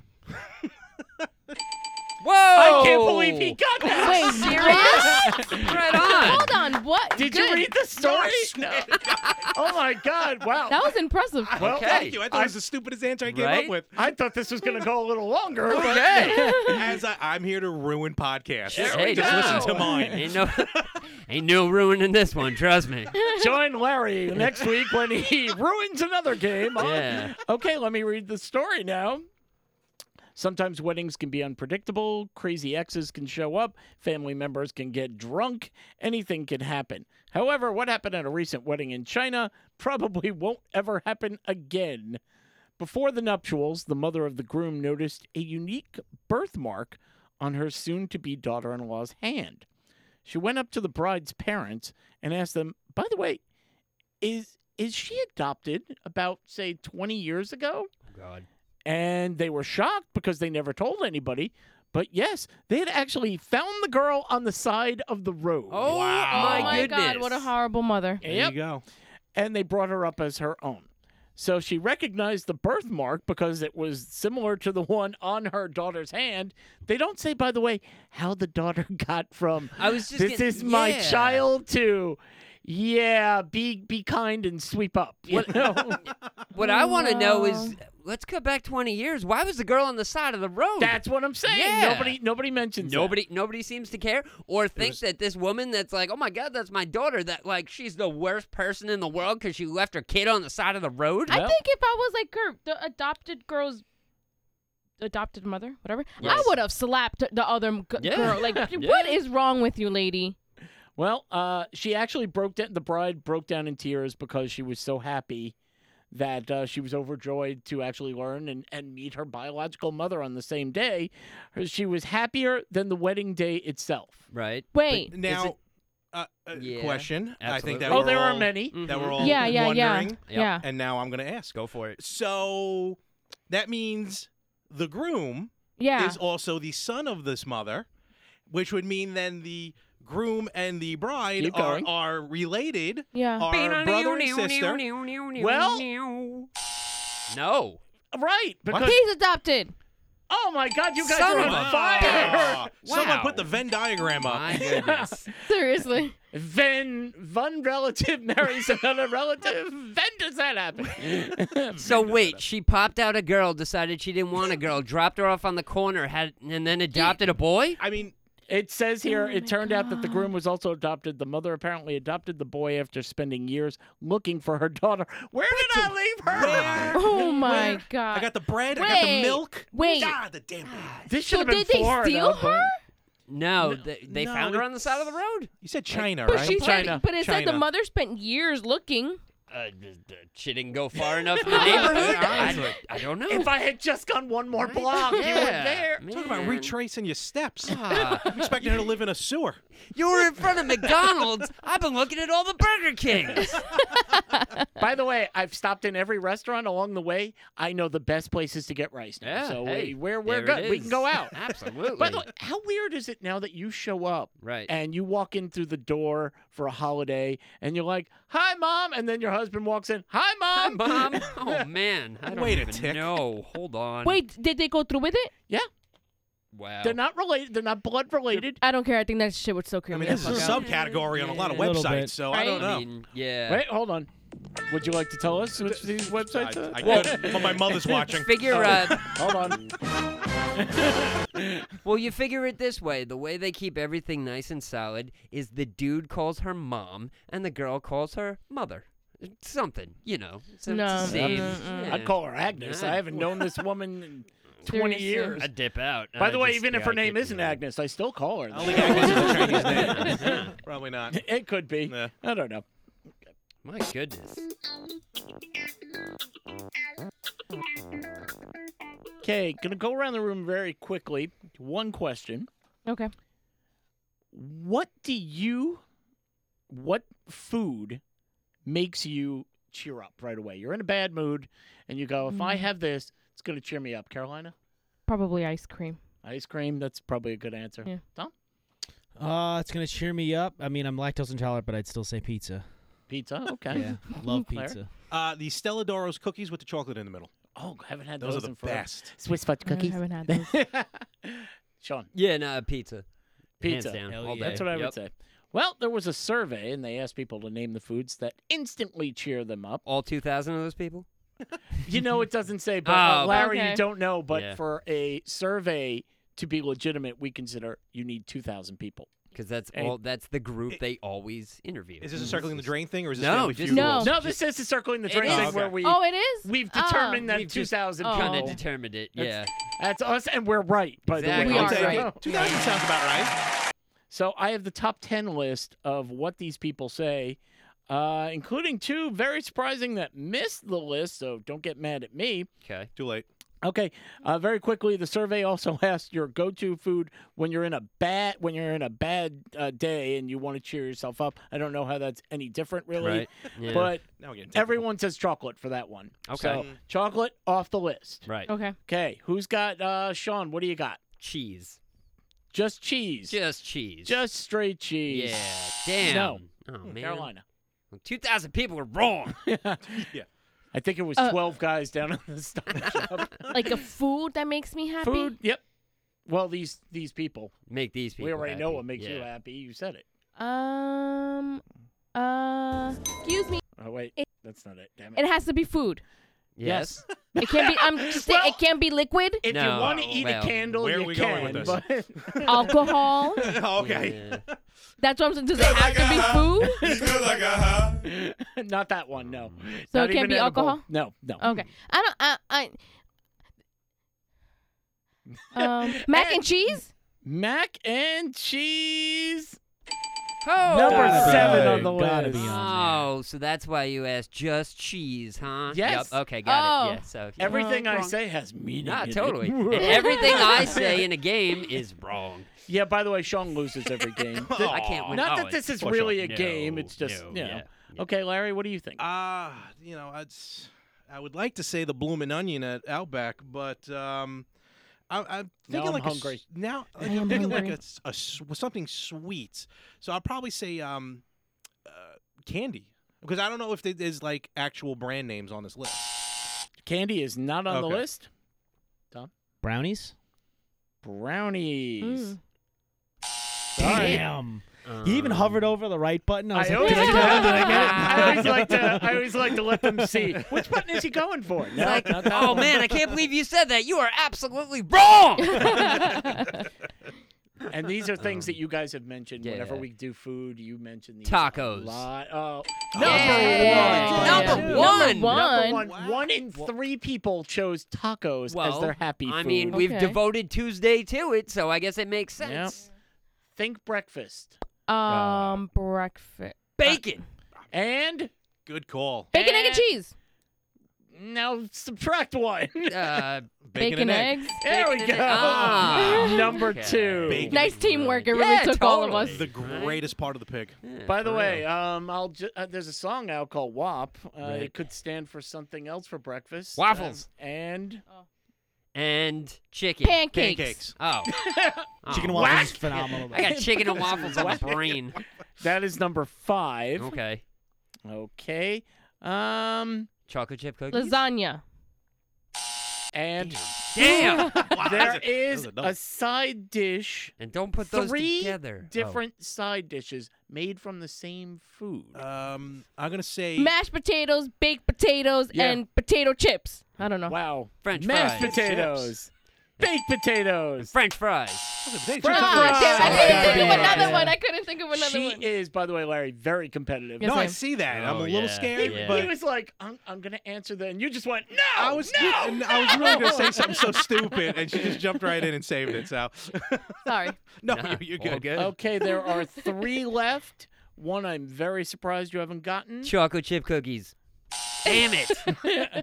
Whoa! I can't believe Oh. he got that. Wait, serious? Right on. Hold on. What? Did Good. you read the story? No. oh my God! Wow. That was impressive. Well, Okay. thank you. I thought it was the stupidest answer I came Right? up with. I thought this was going to go a little longer. but- Okay. As I, I'm here to ruin podcasts. There So we just go. listen to mine. ain't no, ain't no ruining this one. Trust me. Join Larry next week when he ruins another game. on- Yeah. Okay, let me read the story now. Sometimes weddings can be unpredictable, crazy exes can show up, family members can get drunk, anything can happen. However, what happened at a recent wedding in China probably won't ever happen again. Before the nuptials, the mother of the groom noticed a unique birthmark on her soon to be daughter in law's hand. She went up to the bride's parents and asked them, by the way, is is she adopted about say 20 years ago? Oh, God. And they were shocked because they never told anybody. But yes, they had actually found the girl on the side of the road. Oh Oh my, my, goodness. God, what a horrible mother. There Yep. you go. and they brought her up as her own. So she recognized the birthmark because it was similar to the one on her daughter's hand. They don't say, by the way, how the daughter got from I was just. this getting- is my yeah. child to yeah, be be kind and sweep up. You What- know? What I want to know is, Wow. let's cut back 20 years. Why was the girl on the side of the road? That's what I'm saying. Yeah. Nobody nobody mentions that. Nobody, nobody seems to care or think that this woman that's like, oh my god, that's my daughter. That like she's the worst person in the world because she left her kid on the side of the road. I think if I was like her, the adopted girl's adopted mother, whatever, I Yes. would have slapped the other g- Yeah. girl. Like, what Yeah. is wrong with you, lady? Well, uh, she actually broke down. The bride broke down in tears because she was so happy that uh, she was overjoyed to actually learn and, and meet her biological mother on the same day. Her- She was happier than the wedding day itself. right. Wait, Now, it- uh, uh, Yeah, question. I absolutely. think that Oh, we're there are all- many. That we're all yeah, yeah, yeah, wondering. yeah. And now I'm going to ask. Go for it. So that means the groom Yeah. is also the son of this mother, which would mean then the groom and the bride Keep are, going. are related, Yeah. are brother and sister. Well- no. Right? Because He's adopted. oh my God, you guys Son are of on a- fire! Ah, Someone Wow. put the Venn diagram up. My goodness. Seriously. Ven, one relative marries another relative. When does that happen? so wait, she popped out a girl, decided she didn't want a girl, dropped her off on the corner, had and then adopted a boy. I mean, It says here, Oh it my turned out that the groom was also adopted. The mother apparently adopted the boy after spending years looking for her daughter. Where did I leave her? where? Oh my God. I got the bread. I got Wait, the milk. wait. God, the damn bread. This should so have been did they Florida, steal but- her? No, they, they no, found her on the side of the road. You said China, But right? she said, China, but it said the China. mother spent years looking. Uh, d- d- she didn't go far enough in the neighborhood. I, I don't know. If I had just gone one more block, you were there. Talk about Man. retracing your steps. Ah. I'm expecting her to live in a sewer. You were in front of McDonald's. I've been looking at all the Burger Kings. By the way, I've stopped in every restaurant along the way. I know the best places to get rice now. Yeah, so hey, we, we're we're there it good. We can go is. out. Absolutely. By the way, how weird is it now that you show up Right. and you walk in through the door for a holiday and you're like, "Hi, mom," and then your husband walks in, "Hi, mom." Mom. Oh man. I don't Wait a even tick. know. Hold on. Wait, did they go through with it? Yeah, Wow. they're not related. They're not blood related. I don't care. I think that shit would still I creep me mean, the this is fuck a out. subcategory on a lot of A little websites, bit. so I Right? don't I know. mean, yeah. Wait, hold on. Would you like to tell us which these websites? I, are? I Well- could, but my mother's watching. Figure uh, hold on. Well, you figure it this way. The way they keep everything nice and solid is the dude calls her mom and the girl calls her mother. Something, you know. So No, it's the no, same. no, no. Yeah. I'd Um, call her Agnes. Yeah. I haven't known this woman in 20 Seriously. years. I dip out. By I the way, just- even if yeah, her I name get isn't the- Agnes, I still call her. I that. don't think Agnes is a Chinese name. Probably not. It could be. Yeah. I don't know. My goodness. Okay, gonna go around the room very quickly. One question: Okay. What do you, what food, makes you cheer up right away? You're in a bad mood, and you go, "If I have this, it's gonna cheer me up." Carolina, Probably ice cream. ice cream. That's probably a good answer. Yeah. Tom, Uh, it's gonna cheer me up. I mean, I'm lactose intolerant, but I'd still say pizza. pizza. Okay. Yeah, love Claire? pizza. Uh, the Stella Doros cookies with the chocolate in the middle. Oh, I haven't had Those, those, are in the forever. best. Swiss fudge No, I cookies. haven't had those. Sean, Yeah, no, pizza. pizza. Hands down. Hell all yeah. day. That's what I Yep. would say. Well, there was a survey, and they asked people to name the foods that instantly cheer them up. All 2,000 of those people? You know, it doesn't say, but Oh, uh, Larry, okay. you don't know. But Yeah. for a survey to be legitimate, we consider you need 2,000 people. Because that's Hey. all. That's the group they always interview. Mm. Is this a circling the drain thing, or is this No, Family just- Feud No. rules? No, this is the circling the It drain is. thing Okay. where we, oh, it Oh. is. we've Oh. determined that We've just 2,000 kinda Kind people. of determined it. Yeah. That's- That's us, and we're right, by Exactly. the way. We are take right. it. 2000 sounds about right. So I have the top 10 list of what these people say, uh, including two very surprising that missed the list, so don't get mad at me. Okay. Too late. Okay, uh, very quickly, the survey also asked your go-to food when you're in a bad when you're in a bad uh, day and you want to cheer yourself up. I don't know how that's any different, really, Right. Yeah. but Now we're getting technical. everyone says chocolate for that one. Okay. so, chocolate off the list. right. Okay. Okay, who's got uh, Sean? What do you got? Cheese. Just cheese, Just cheese. just straight cheese. Yeah. Damn. No. Mm. Oh, man. Carolina. 2,000 people were wrong. I think it was Uh, 12 guys down on the stomach. shop. Like a food that makes me happy. Food. Yep. Well, these these people. Make these people we already know happy. what makes you Yeah. happy. You said it. Um. Uh. Excuse me. Oh wait, It- that's not it. Damn it. It has to be food. Yes. It can't be. I'm just saying. Well- It can't be liquid. If No. you want to eat Well, a candle, where are you we can. going with but Alcohol. Oh, okay. Yeah. That's what I'm saying. Does it have to be food? not that one. No. Um, So Not it can't even be edible. alcohol? No, no. Okay. I don't. I. I um, mac and cheese. Mac and cheese. Oh, Number Gotta be. seven on the Gotta list. be on Oh, so that's why you asked just cheese, huh? Yes. Yep. Okay, got Oh. it. Yeah. So if you- Everything Well, I wrong. say has meaning. Nah, in it. Ah, totally. And everything I say in a game is wrong. yeah. By the way, Sean loses every game. Th- I can't win. Not Oh, that this is for really sure. a game. No, It's just no, you know. yeah. Okay, Larry, what do you think? Ah, you know, it's, I would like to say the bloomin' onion at Outback, but um, I, I'm thinking I'm like a s- hungry. now like, am I'm thinking like hungry. a s- a s- something sweet. So I'll probably say um, uh, candy because I don't know if there's like actual brand names on this list. Candy is not on okay. the list. Brownies. Brownies. Mm. Sorry. Damn. He even hovered over the right button. I was I like, always, did I get it? Did I get it? I always like to. I always like to let them see which button is he going for. No, Like, not that oh one. man, I can't believe you said that. You are absolutely wrong. And these are things that you guys have mentioned. Um, yeah. Whenever we do food, you mention these. Tacos. A lot. Oh, Yeah. number one. Number one. Number one. Number one. Wow. One in three people chose tacos Well, as their happy food. I mean, food. we've Okay. devoted Tuesday to it, so I guess it makes Yep. sense. think breakfast Um, breakfast. Uh, Bacon. and Good call. Bacon, egg, and And- cheese. Now subtract one. Uh, Bacon, eggs. There we Bacon go. and- Ah. Number Okay. two. Bacon. Nice teamwork. It really Yeah, took all of us. totally. The Right. greatest part of the pig. yeah, By the for way, real. um, I'll ju- uh, there's a song out called WAP. Uh, It Right. could stand for something else for breakfast. um, Waffles. and and chicken. Pancakes. Pancakes. Oh. Oh. Chicken and waffles is phenomenal. I got chicken and waffles on my Whack. brain. that is number five. Okay. Okay. Um, Chocolate chip cookies. Lasagna. and Damn. Wow, there that's a- is that's a a dump. side dish, And don't put those Three together. Oh. different side dishes made from the same food. um, I'm gonna say Mashed potatoes, baked potatoes, Yeah. and potato chips. I don't know. wow. French Mashed fries. potatoes. Baked And potatoes. French fries. French French Ah, damn, Oh, fries. I couldn't think of Yeah. another one. I couldn't think of another she one. is, by the way, Larry, very competitive. Yes, No, I I am. see that. and I'm a Oh, little yeah, scared, yeah. He but was like, I'm, I'm going to answer that. And you just went, no. I was no. and I was really gonna say something so stupid, and she just jumped right in and saved it. So Sorry. no, Nah, you're, you're all good. Okay, there are three left. One I'm very surprised you haven't gotten. Chocolate chip cookies. Damn it.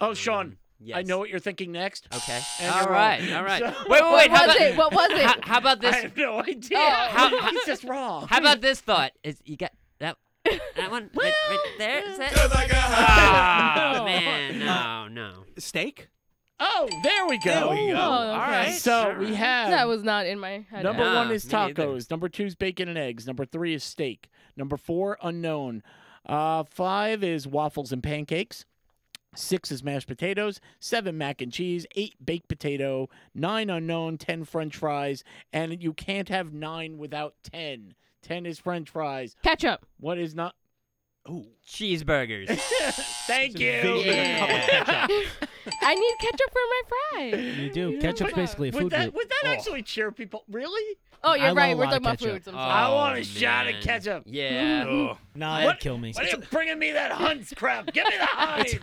Oh, Sean, Mm, Yes. I know what you're thinking next. Okay. And all you're right. wrong. All right. So- wait, wait, what wait. How was about, it? What was how, it? how about I this? have no idea. how- how- He's just wrong. How about this thought? Is you got that that one right, right there? Is that? Ah, No. man. No, no. Steak. Oh, there we There go. we go. Oh, All okay. right. So we have That was not in my head. number Nah, one is me neither. tacos. Number two is bacon and eggs. Number three is steak. Number four, unknown. Uh, five is waffles and pancakes. Six is mashed potatoes. Seven, mac and cheese. Eight, baked potato. Nine, unknown. Ten, french fries. And you can't have nine without ten. Ten is french fries. Ketchup. What is not? Ooh. Cheeseburgers. Thank you. Yeah. I need ketchup for my fries. You do. know Ketchup's what? basically a Would food that, group. would that Oh. actually cheer people? Really? Oh, I you're love right. a We're lot talking of about ketchup. food. Sometimes. I want a Oh, shot of man. ketchup. Yeah. Ugh. Nah, What- that'd kill me. Why are you bringing me that Hunt's crap? Give me the Heinz.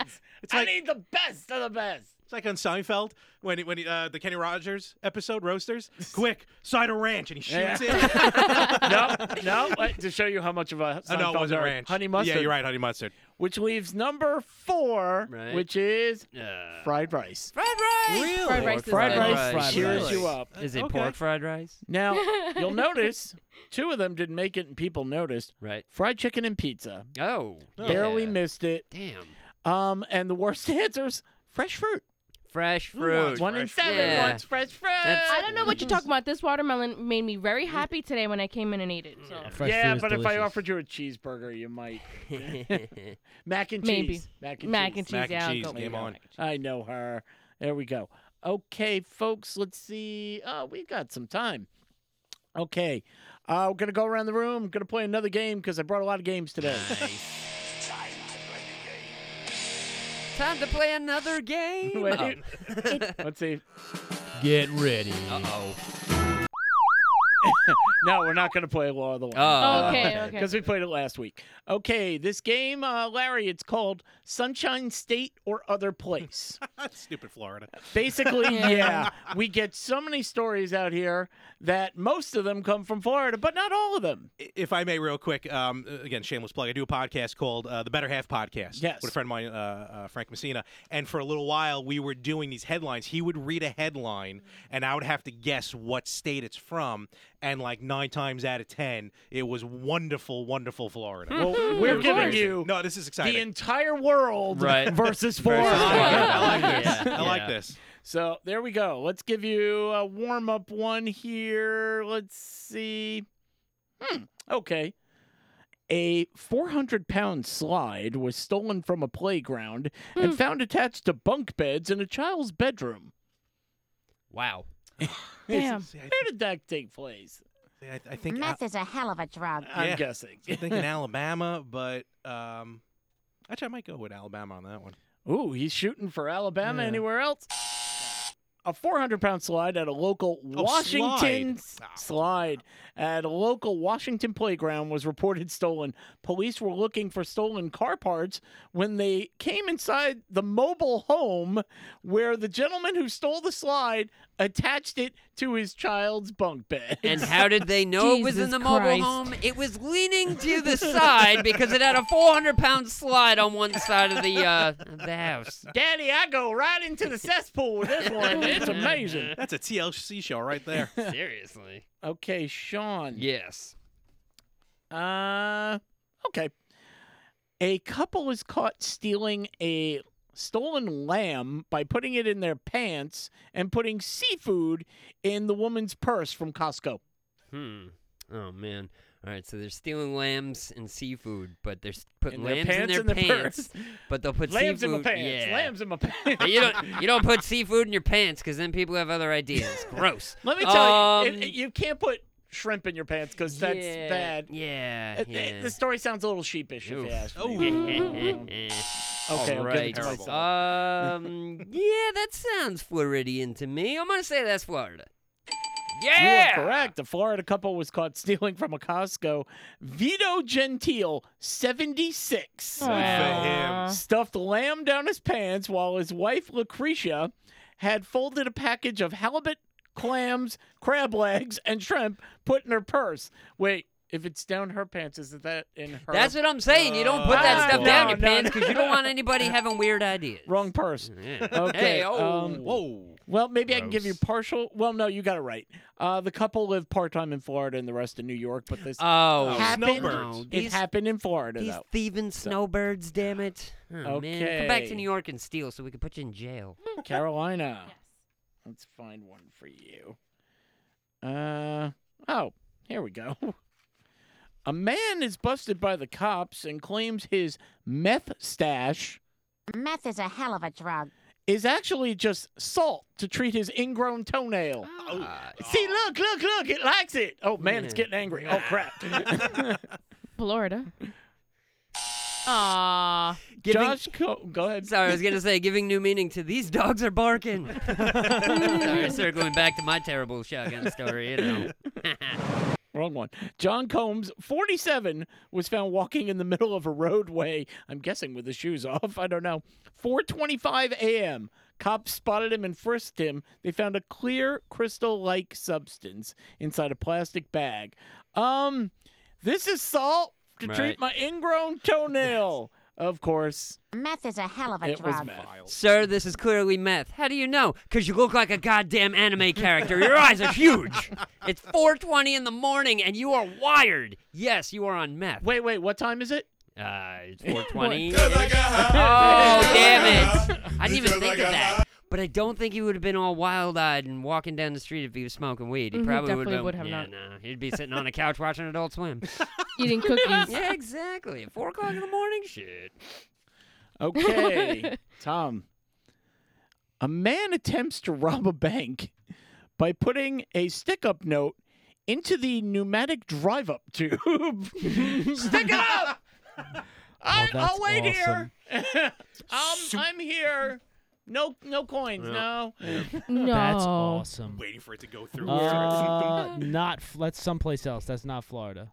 I like- need the best of the best. It's like on Seinfeld when he- when he, uh, the Kenny Rogers episode roasters. Quick, cider ranch, and he shoots it. no, no. uh, To show you how much of a oh, no, it Seinfeld wasn't are ranch. honey mustard. Yeah, you're right, honey mustard. Which leaves number four, Right. which is Uh, fried rice. fried rice. Fried rice is Fried good. rice, rice. cheers Really? you up. Is it Okay. pork fried rice? Now you'll notice two of them didn't make it, and people noticed Right. fried chicken and pizza. Oh. Barely yeah. missed it. Damn. Um, and the worst answers: fresh fruit. Fresh wants fruit. One in fresh seven fruit? wants fresh fruit. That's- I don't know what you're talking about. This watermelon made me very happy today when I came in and ate it. So Fresh yeah, fruit is but if I delicious. offered you a cheeseburger, you might. Mac and Maybe. cheese. Mac and mac cheese. and cheese. Mac and yeah, I'll cheese, go with game that. on. I know her. There we go. Okay, folks, let's see. Oh, we got some time. Okay. Uh, we're going to go around the room. going to play another game because I brought a lot of games today. Time to play another game. Wait, let's see. Get ready. oh. No, we're not going to play Law of the Land. Oh. Okay, okay. Uh, Because we played it last week. Okay, this game, uh, Larry, it's called Sunshine State or Other Place. Oh, Stupid Florida. Basically, yeah. We get so many stories out here that most of them come from Florida, but not all of them. I- If I may, real quick, um, again, shameless plug. I do a podcast called uh, the Better Half Podcast. Yes. With a friend of mine, uh, uh, Frank Messina. And for a little while, we were doing these headlines. He would read a headline, and I would have to guess what state it's from. And like nine times out of ten, it was wonderful, wonderful Florida. Well, we're It was giving amazing. Hmm. you No, this is exciting. the entire world Right. versus Versus Florida. Florida. I like this. Yeah, I like yeah. this. So there we go. Let's give you a warm up one here. Let's see. Hmm. Okay. A 400 pound slide was stolen from a playground and found attached to bunk beds in a child's bedroom. Wow. Damn. See, Where did that take place? I, I, I think I, Meth is a hell of a drug. I'm Yeah. guessing. am thinking Alabama, but um, actually, I might go with Alabama on that one. Ooh, he's shooting for Alabama. Yeah. Anywhere else? A 400 pound slide at a local Oh, Washington slide. slide. at a local Washington playground was reported stolen. Police were looking for stolen car parts when they came inside the mobile home where the gentleman who stole the slide attached it to his child's bunk bed. And how did they know it was in Jesus the mobile Christ. home? It was leaning to the side because it had a 400 pound slide on one side of the uh, the house. Daddy, I go right into the cesspool with this one. It's amazing. That's a TLC show right there. Seriously. Okay, Sean. Yes. Uh, okay. A couple is caught stealing a stolen lamb by putting it in their pants and putting seafood in the woman's purse from Costco. Hmm. Oh man. All right. So they're stealing lambs and seafood, but they're s- putting In their lambs pants in and their their pants. purse. But they'll put lambs in seafood. my pants. Yeah. Lambs in my pants. But you don't you don't put seafood in your pants because then people have other ideas. Gross. Let me tell you, Um, it- it- you can't put shrimp in your pants because that's yeah, bad. Yeah. Uh, yeah. uh, The story sounds a little sheepish, if Oof. you ask me. Oh. Okay, All I'll give it right. to Terrible. myself. Um, yeah, that sounds Floridian to me. I'm gonna say that's Florida. You Yeah. are correct. The Florida couple was caught stealing from a Costco. Vito Gentile, 76, for him. Aw. stuffed lamb down his pants while his wife Lucretia had folded a package of halibut, clams, crab legs, and shrimp put in her purse. Wait, if it's down her pants, isn't that in her? That's what I'm saying. You don't put Ah, that stuff down no, your no, pants no. because you don't want anybody having weird ideas. wrong purse. Yeah. Okay, Hey, oh. um, Whoa. Well, maybe I can give you Gross. partial. Well, no, you got it right. Uh, the couple live part time in Florida and the rest in New York, but this oh. happened. snowbirds. No, It these, happened in Florida, these though. thieving snowbirds, damn it. Oh, man. Come back Okay. to New York and steal so we can put you in jail. Carolina. Yes. Let's find one for you. Uh oh, here we go. A man is busted by the cops and claims his meth stash Meth is a hell of a drug. is actually just salt to treat his ingrown toenail. Uh, Ah, See, look, look, look, it likes it. Oh man, it's Yeah. getting angry. Oh crap. Florida. Aw. giving- Josh, go, go ahead. Sorry, I was gonna say giving new meaning to these dogs are barking. Sorry, circling back to my terrible shotgun story. You know. Wrong one. John Combs, 47, was found walking in the middle of a roadway. I'm guessing with his shoes off. I don't know. 4:25 a.m. Cops spotted him and frisked him. They found a clear crystal-like substance inside a plastic bag. Um, this is salt to treat Right. my ingrown toenail. Of course, Meth is a hell of a it was drug. meth. Sir, this is clearly meth. How do you know? Because you look like a goddamn anime character. Your eyes are huge. It's 4:20 in the morning, and you are wired. Yes, you are on meth. Wait, wait, what time is it? Uh, it's 4:20. Oh, Oh, damn it. I didn't even think of that. But I don't think he would have been all wild-eyed and walking down the street if he was smoking weed. He Mhm, probably definitely been, would have yeah, not. nah, he'd be sitting on a couch watching Adult Swim. Eating cookies. yeah, exactly. At four o'clock in the morning. Shit. Okay, Tom. A man attempts to rob a bank by putting a stick up note into the pneumatic drive up tube. stick it up! I, that's I'll wait awesome. here. um, I'm here. No, no coins. No. No. That's awesome. Waiting for it to go through. Uh, not f- let's someplace else. That's not Florida.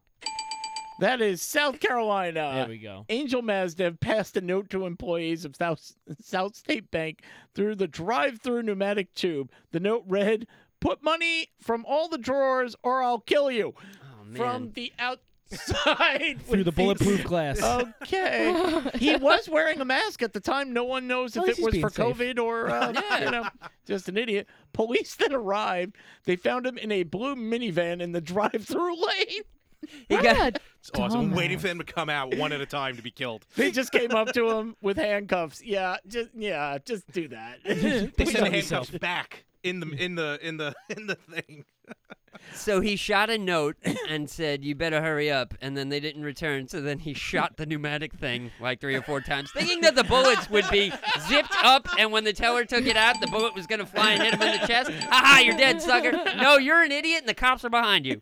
That is South There Carolina. we go. Angel Mazdev passed a note to employees of South, South State Bank through the drive through pneumatic tube. The note read, Put money from all the drawers or I'll kill you. Oh man. From the outside. Through with the bulletproof these- glass. Okay. he was wearing a mask at the time. No one knows At if least it he's was being for safe. COVID or, uh, you know, just an idiot. Police that arrived, they found him in a blue minivan in the drive through lane. he What got a It's awesome. I'm dumbass. waiting for them to come out one at a time to be killed. They just came up to him with handcuffs. Yeah, just yeah, just do that. They Please sent the help yourself. handcuffs back in the in the in the in the thing. so he shot a note and said, "You better hurry up." And then they didn't return. So then he shot the pneumatic thing like three or four times, thinking that the bullets would be zipped up, and when the teller took it out, the bullet was gonna fly and hit him in the chest. Ha ha! You're dead, sucker. No, you're an idiot, and the cops are behind you.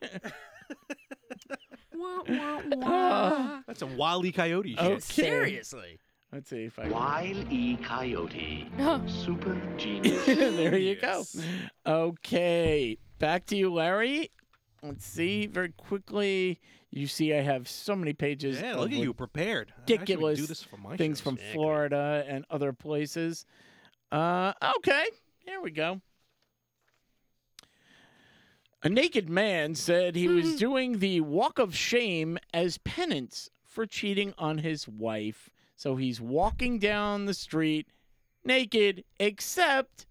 Wah, wah, wah. That's a wily coyote Oh. shit. Okay. Seriously. Let's see if I can. Wile E. Coyote, super genius. there you Yes. go. Okay, back to you, Larry. Let's see very quickly. You see, I have so many pages. Yeah, of look at you prepared. I actually ridiculous do this for my Things shows. from Exactly. Florida and other places. Uh, okay, here we go. A naked man said he was doing the walk of shame as penance for cheating on his wife. So he's walking down the street naked, except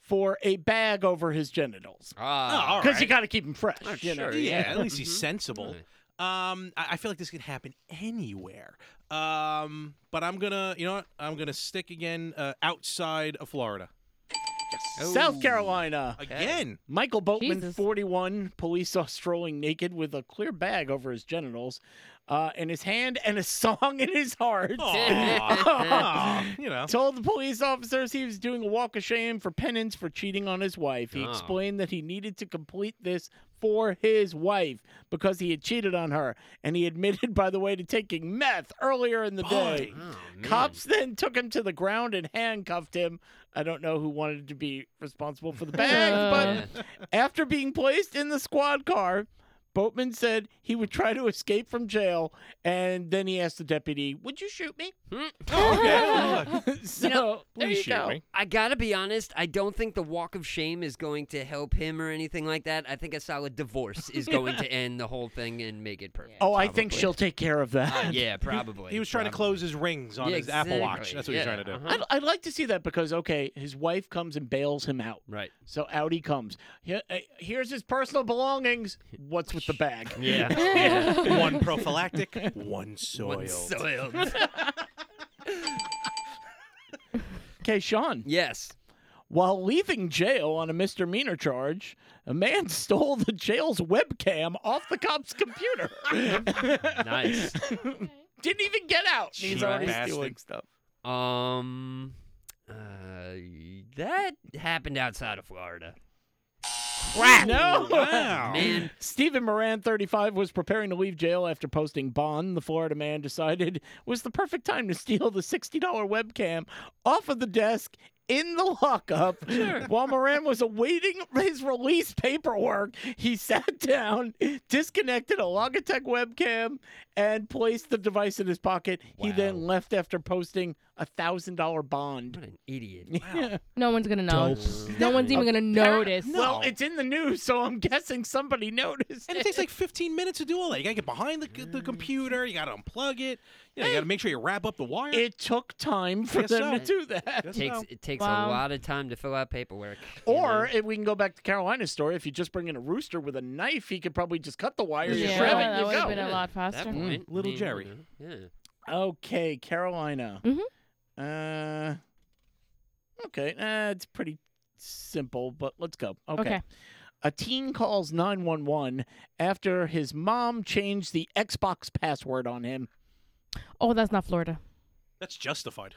for a bag over his genitals. Ah. Oh, all Because you right. Oh, got to keep him fresh. you know? sure, yeah, Oh, yeah. at least mm-hmm. he's sensible. Um, I, I feel like this could happen anywhere. Um, but I'm gonna, you know what? I'm gonna stick again uh, outside of Florida Oh. South Carolina. again. Michael Boatman, Jesus. 41, police saw strolling naked with a clear bag over his genitals uh, in his hand and a song in his heart. Aw. Aw, you know. Told the police officers he was doing a walk of shame for penance for cheating on his wife. He Oh. explained that he needed to complete this for his wife because he had cheated on her, and he admitted, by the way, to taking meth earlier in the day. Oh, man. Cops then took him to the ground and handcuffed him. I don't know who wanted to be responsible for the bags, but after being placed in the squad car, Boatman said he would try to escape from jail, and then he asked the deputy, "Would you shoot me?" Oh, okay. Look, so there please you shoot go. me. I gotta be honest. I don't think the walk of shame is going to help him or anything like that. I think a solid divorce is going to end the whole thing and make it perfect. Oh, I think she'll take care of that. Uh, yeah, probably. He was trying to close his rings on Yeah, his Apple Watch. exactly. That's what Yeah, he's trying to do. uh-huh. I'd, I'd like to see that because okay, his wife comes and bails him out. Right. So out he comes. Here- uh, Here's his personal belongings. What's with the bag? Yeah. uh-huh. Yeah. one prophylactic, one soiled. Soiled. Okay, Sean. yes. While leaving jail on a misdemeanor charge, a man stole the jail's webcam off the cop's computer. Nice. Didn't even get out. and He's Cheap already bastard. stealing stuff. Um, uh, that happened outside of Florida. No. Wow. Man, Stephen Moran, 35, was preparing to leave jail after posting bond. The Florida man decided it was the perfect time to steal the $60 webcam off of the desk in the lockup. While Moran was awaiting his release paperwork, he sat down, disconnected a Logitech webcam, and placed the device in his pocket. He then Wow. left after posting a $1,000 bond. what an idiot. No one's gonna know. Dope. No one's even gonna notice. Well, it's in the news, so I'm guessing somebody noticed. And it takes like 15 minutes to do all that. You gotta get behind the, the computer. You gotta unplug it. You, know, you gotta make sure you wrap up the wire. It took time for Guess them so. to do that. Guess Takes so. it takes Wow. a lot of time to fill out paperwork. you Or know? if we can go back to Carolina's story, if you just bring in a rooster with a knife, he could probably just cut the wire. Yeah, You Yeah. grab it, that you would go. have been a lot At faster. Mm. that point, Little I mean, uh, Jerry. you know, yeah. Okay, Carolina. Mhm. Mm-hmm. Uh, okay, uh, it's pretty simple, but let's go. Okay. Okay. A teen calls 911 after his mom changed the Xbox password on him. Oh, that's not Florida. That's justified.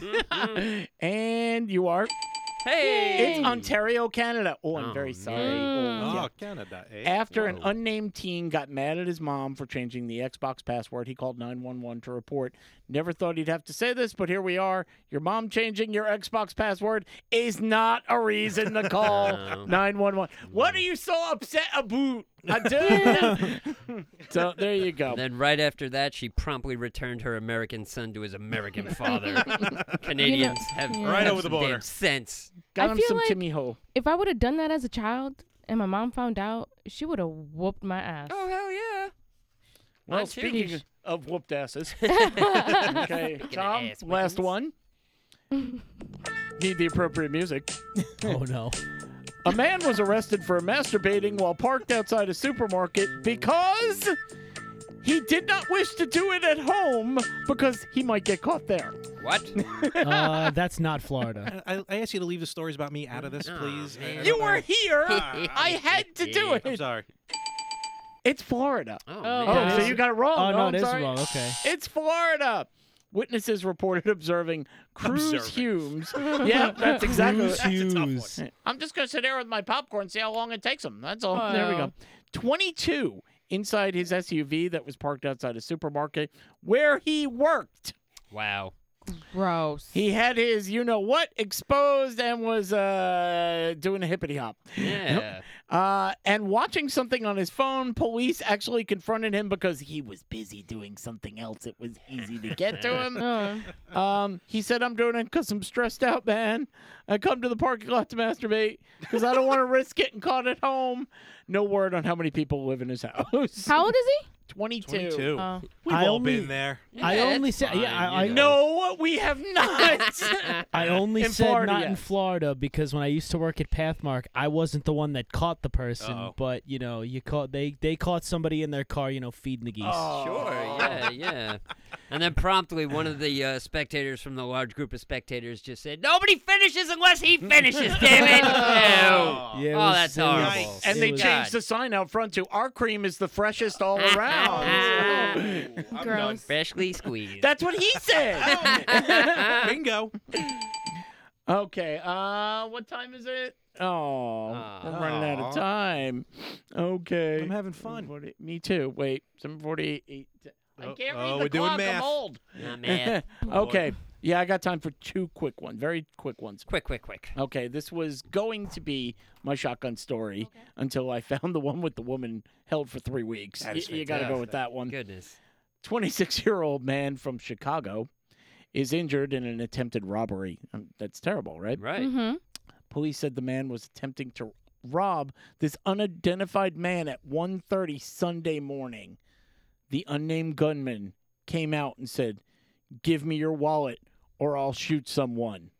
Mm. and you are. Hey, It's Ontario, Canada. Oh, I'm Oh, very sorry. man. Oh, yeah. Oh, Canada. Eh? After an Whoa. unnamed teen got mad at his mom for changing the Xbox password, he called 911 to report. Never thought he'd have to say this, but here we are. Your mom changing your Xbox password is not a reason to call No. 911. What are you so upset about? I do. so there you go. And then right after that, she promptly returned her American son to his American father. Canadians have yeah. Right have over the some damn border. sense. Got I him feel some like- Timmy Ho. If I would have done that as a child and my mom found out, she would have whooped my ass. Oh hell yeah! Well, Mine too. speaking of whooped asses. okay, Tom, ass last whippings. one. Need the appropriate music. Oh no. A man was arrested for masturbating while parked outside a supermarket because he did not wish to do it at home because he might get caught there. What? Uh, that's not Florida. I, I asked you to leave the stories about me out of this, please. I- I man. don't You know. were here. I I had to do I'm it. sorry. It's Florida. Oh, Oh, Oh, man. so you got it wrong. Oh, no, no, I'm it is sorry. wrong. Okay. It's Florida. Witnesses reported observing Cruz Observing. Humes. yeah, that's exactly. Bruce what- Hughes. I'm just gonna sit there with my popcorn, see how long it takes him. That's all. Oh, there we yeah. go. 22 inside his SUV that was parked outside a supermarket where he worked. Wow. Gross. He had his, you know what, exposed and was uh, doing a hippity hop. Yeah. Uh, and watching something on his phone, police actually confronted him because he was busy doing something else. It was easy to get to him. Uh, Um, he said, I'm doing it because I'm stressed out, man. I come to the parking lot to masturbate because I don't want to risk getting caught at home. No word on how many people live in his house. how old is 22. 22. he? Uh, We've I all only- been there. I Yeah, only it's said, fine, yeah, I, I you know. No, we have not. I only In said Florida, not in yes. Florida because when I used to work at Pathmark, I wasn't the one that caught the person, Uh-oh. but you know, you caught they they caught somebody in their car, you know, feeding the geese. Oh. Sure. Yeah. Yeah. And then promptly, one of the uh, spectators from the large group of spectators just said, "Nobody finishes unless he finishes." Damn it! No. Yeah, it oh, was- that's it was- horrible. it and they was- changed the sign out front to our cream is the freshest all Oh. around. I'm Gross. Freshly squeezed. That's what he said. done. Bingo. Okay. Uh, what time is it? Oh, we're running out of time. Okay. I'm having fun. 7:40 me too. Wait, seven forty-eight. I Oh, can't read oh, the we're doing Oh, clock. I'm math. old. Not mad. okay. Yeah, I got time for two quick ones. Very quick ones. quick, quick, quick. Okay, this was going to be my shotgun story until I found the one with the woman held for three weeks. That is Y- you got to go with fantastic. that one. Goodness. 26 year old man from Chicago is injured in an attempted robbery. Um, That's terrible, right? Right. Mm-hmm. Police said the man was attempting to rob this unidentified man at 1:30 Sunday morning. The unnamed gunman came out and said, "Give me your wallet or I'll shoot someone."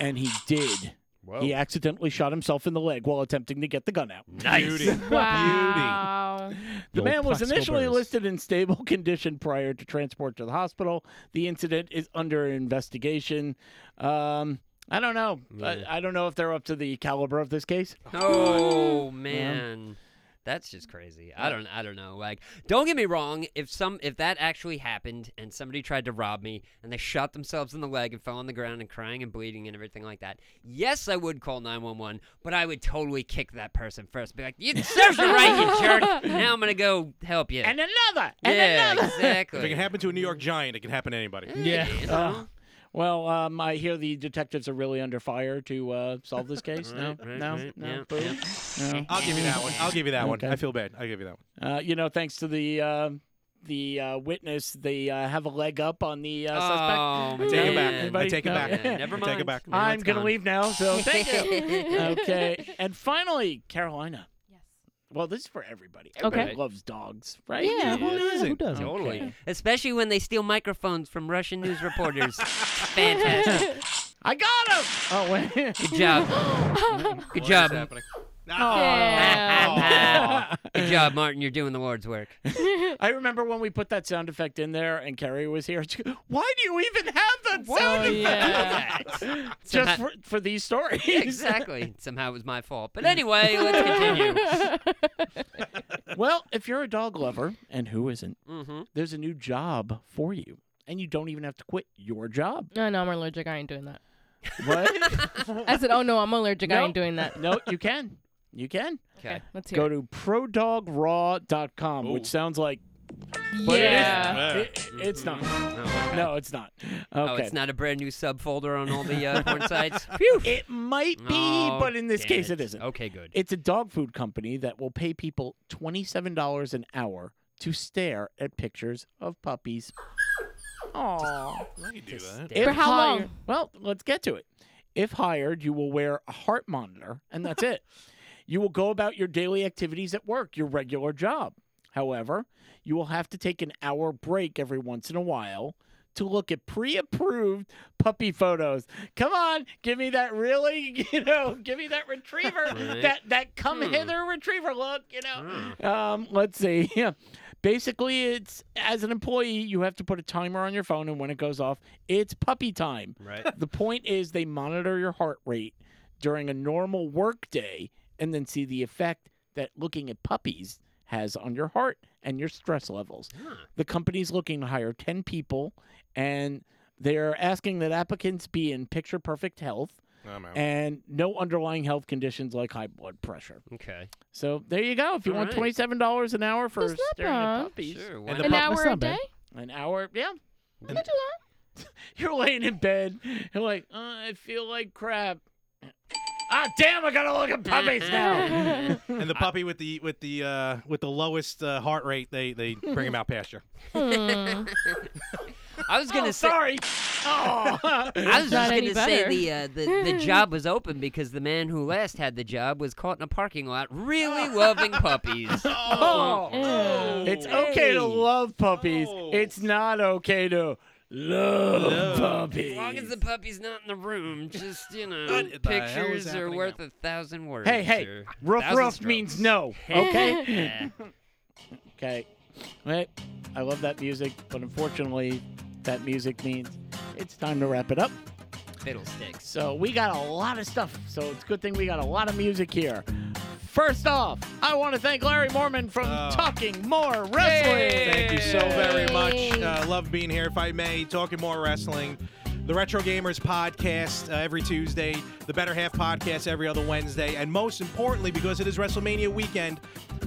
And he did. He accidentally shot himself in the leg while attempting to get the gun out. Beauty. Wow. The Yo, man was Plexico initially burns. listed in stable condition prior to transport to the hospital. The incident is under investigation. Um, I don't know. I, I don't know if they're up to the caliber of this case. Uh, Oh man. That's just crazy. I don't I don't know. Like don't get me wrong, if some if that actually happened and somebody tried to rob me and they shot themselves in the leg and fell on the ground and crying and bleeding and everything like that, yes I would call nine one one, but I would totally kick that person first. Be like, You serves you right, you jerk. Now I'm gonna go help you. And another. And uh, yeah, another. exactly. If it can happen to a New York Giant, it can happen to anybody. Yeah. You know? Ugh. Uh, well, um, I hear the detectives are really under fire to uh, solve this case. No, Right, right, no, right, no, yeah, boo? yeah. no. I'll give you that one. I'll give you that Okay. one. I feel bad. I'll give you that one. Uh, you know, thanks to the uh, the uh, witness, they uh, have a leg up on the uh, suspect. Oh, I take it back. man. Anybody- I take it no. back. Yeah, never I take mind. it back. Now I'm it's gonna gone. leave now. So thank you. okay, and finally, Carolina. Yes. Well, this is for everybody. Okay. Everybody loves dogs, right? Yeah, who Who doesn't? Totally. Especially when they steal microphones from Russian news reporters. Fantastic. I got him. Oh wait. Good job. Good What is job. happening? Yeah. Good job, Martin. You're doing the Lord's work. I remember when we put that sound effect in there, and Carrie was here. She goes, Why do you even have that sound effect? Just for, for these stories. Exactly. Somehow it was my fault. But anyway, let's continue. well, if you're a dog lover, and who isn't, Mm-hmm. there's a new job for you, and you don't even have to quit your job. No, no, I'm allergic. I ain't doing that. What? I said, oh no, I'm allergic. I Nope. ain't doing that. no, you can. You can. Okay. Let's hear. Go to prodograw.com, Ooh. which sounds like it. but it is- yeah. Yeah. It- it's not. No, it's not. Okay. Oh, it's not a brand new subfolder on all the uh, porn sites. Phew. It might be, Oh, but in this damn Oh. case, it isn't. Okay, good. It's a dog food company that will pay people twenty-seven dollars an hour to stare at pictures of puppies. Aww. I can do that. For how long? Well, let's get to it. If hired, you will wear a heart monitor, and that's it. You will go about your daily activities at work, your regular job. However, you will have to take an hour break every once in a while to look at pre-approved puppy photos. Come on, give me that really, you know, give me that retriever, Right. that that come Hmm. hither retriever look, you know. Hmm. Um, let's see. Yeah. Basically, it's as an employee, you have to put a timer on your phone and when it goes off, it's puppy time. Right. The point is they monitor your heart rate during a normal work day and then see the effect that looking at puppies has on your heart and your stress levels. The company's looking to hire 10 people and they're asking that applicants be in picture perfect health I'm out. and no underlying health conditions like high blood pressure. Okay. So there you go. If you All want right. $27 an hour for That's not staring at bad. puppies, Sure. why And the An pup- hour That's a not bad. day? an hour, yeah. Not too long. You're laying in bed. You're like, uh, I feel like crap. Ah, damn! I gotta look at puppies Oh. now. and the puppy with the with the uh, with the lowest uh, heart rate, they they bring him out pasture. Hmm. I was gonna oh, say. sorry. Oh. I was Not just any gonna say better. the, uh, the the job was open because the man who last had the job was caught in a parking lot, really loving puppies. Oh. Oh. It's okay Hey. to love puppies. Oh. It's not okay to love Love. puppies. As long as the puppy's not in the room, just you know, What the hell is pictures are happening worth now? a thousand words. hey, hey, or roof thousand roof strokes. means no. Okay. Yeah. okay. Wait. I love that music, but unfortunately, that music means it's time to wrap it up. Fiddlesticks. So we got a lot of stuff. So it's a good thing we got a lot of music here. First off, I want to thank Larry Mormon from Oh. Talking More Wrestling. Thank you so very much. Yay. Uh, love being here. If I may, talking more wrestling. The Retro Gamers podcast uh, every Tuesday, the Better Half podcast every other Wednesday, and most importantly, because it is WrestleMania weekend,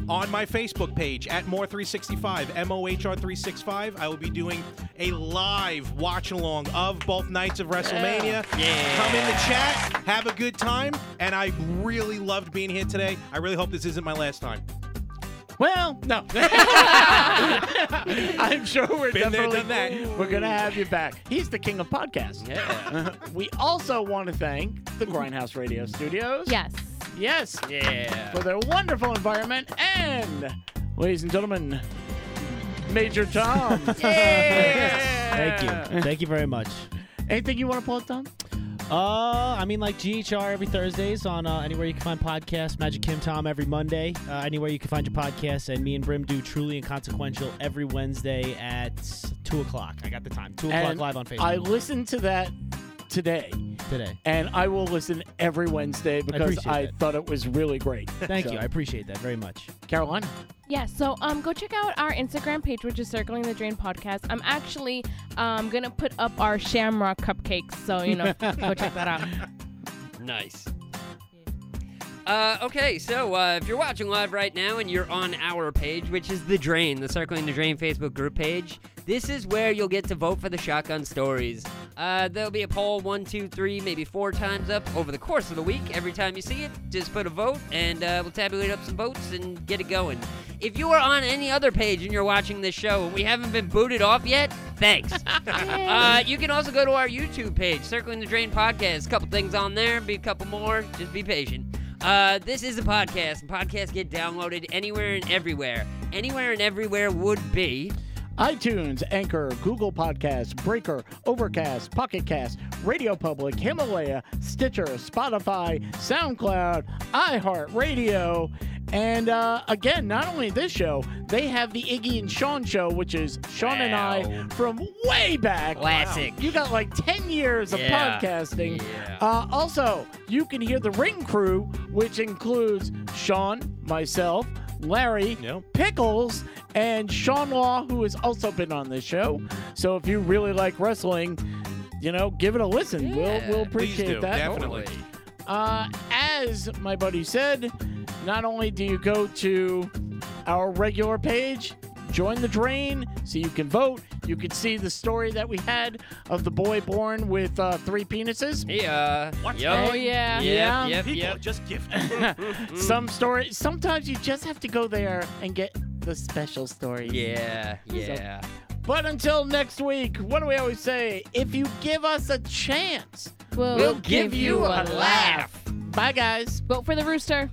on my Facebook page at More365, MOHR365, I will be doing a live watch along of both nights of WrestleMania. Yeah. Come in the chat, have a good time, and I really loved being here today. I really hope this isn't my last time. Well, no. I'm sure we're Been there, definitely done that. we're gonna have you back. He's the king of podcasts. Yeah. We also want to thank the Grindhouse Radio Studios. Yes. Yes, yeah. for their wonderful environment and, ladies and gentlemen, Major Tom. Thank you. Thank you very much. Anything you want to plug, Tom? Uh, I mean, like GHR every Thursdays on uh, anywhere you can find podcasts. Magic Kim Tom every Monday. Uh, anywhere you can find your podcasts, and me and Brim do truly inconsequential every Wednesday at two o'clock. I got the time. Two o'clock And live on Facebook I listened to that today, today. and I will listen every Wednesday because appreciate I, that. thought it was really great. Thank So, you. I appreciate that very much. Carolina. Yeah, so um, go check out our Instagram page, which is Circling the Drain Podcast. I'm actually um gonna put up our Shamrock cupcakes, so you know, go check that out. Nice. Uh, okay, so uh, if you're watching live right now and you're on our page, which is the Drain, the Circling the Drain Facebook group page, this is where you'll get to vote for the shotgun stories. Uh, there'll be a poll one, two, three, maybe four times up over the course of the week. Every time you see it, just put a vote, and uh, we'll tabulate up some votes and get it going. If you are on any other page and you're watching this show and we haven't been booted off yet, thanks. Uh, you can also go to our YouTube page, Circling the Drain Podcast. A couple things on there, be a couple more. Just be patient. Uh, this is a podcast, and podcasts get downloaded anywhere and everywhere. Anywhere and everywhere would be. iTunes, Anchor, Google Podcasts, Breaker, Overcast, Pocket Cast, Radio Public, Himalaya, Stitcher, Spotify, SoundCloud, iHeartRadio. And uh, again, not only this show, they have the Iggy and Sean show, which is Sean and Wow. I from way back. Classic. You got like 10 years of Yeah. podcasting. Yeah. Uh, also, you can hear the Ring Crew, which includes Sean, myself, Larry, Yep. Pickles, and Sean Law, who has also been on this show. So if you really like wrestling, you know, give it a listen. Yeah, we'll we'll please appreciate do. that. Def- Definitely. Totally. Uh, as my buddy said, not only do you go to our regular page, join the drain so you can vote. You can see the story that we had of the boy born with uh, three penises. Hey, uh. What's Yep. Oh yeah. Yep, Yeah. yep, People yep. are just gift. Some Mm. story. Sometimes you just have to go there and get the special stories. Yeah, yeah. But until next week, what do we always say? If you give us a chance, We'll, give you a laugh. Bye, guys. Vote for the rooster.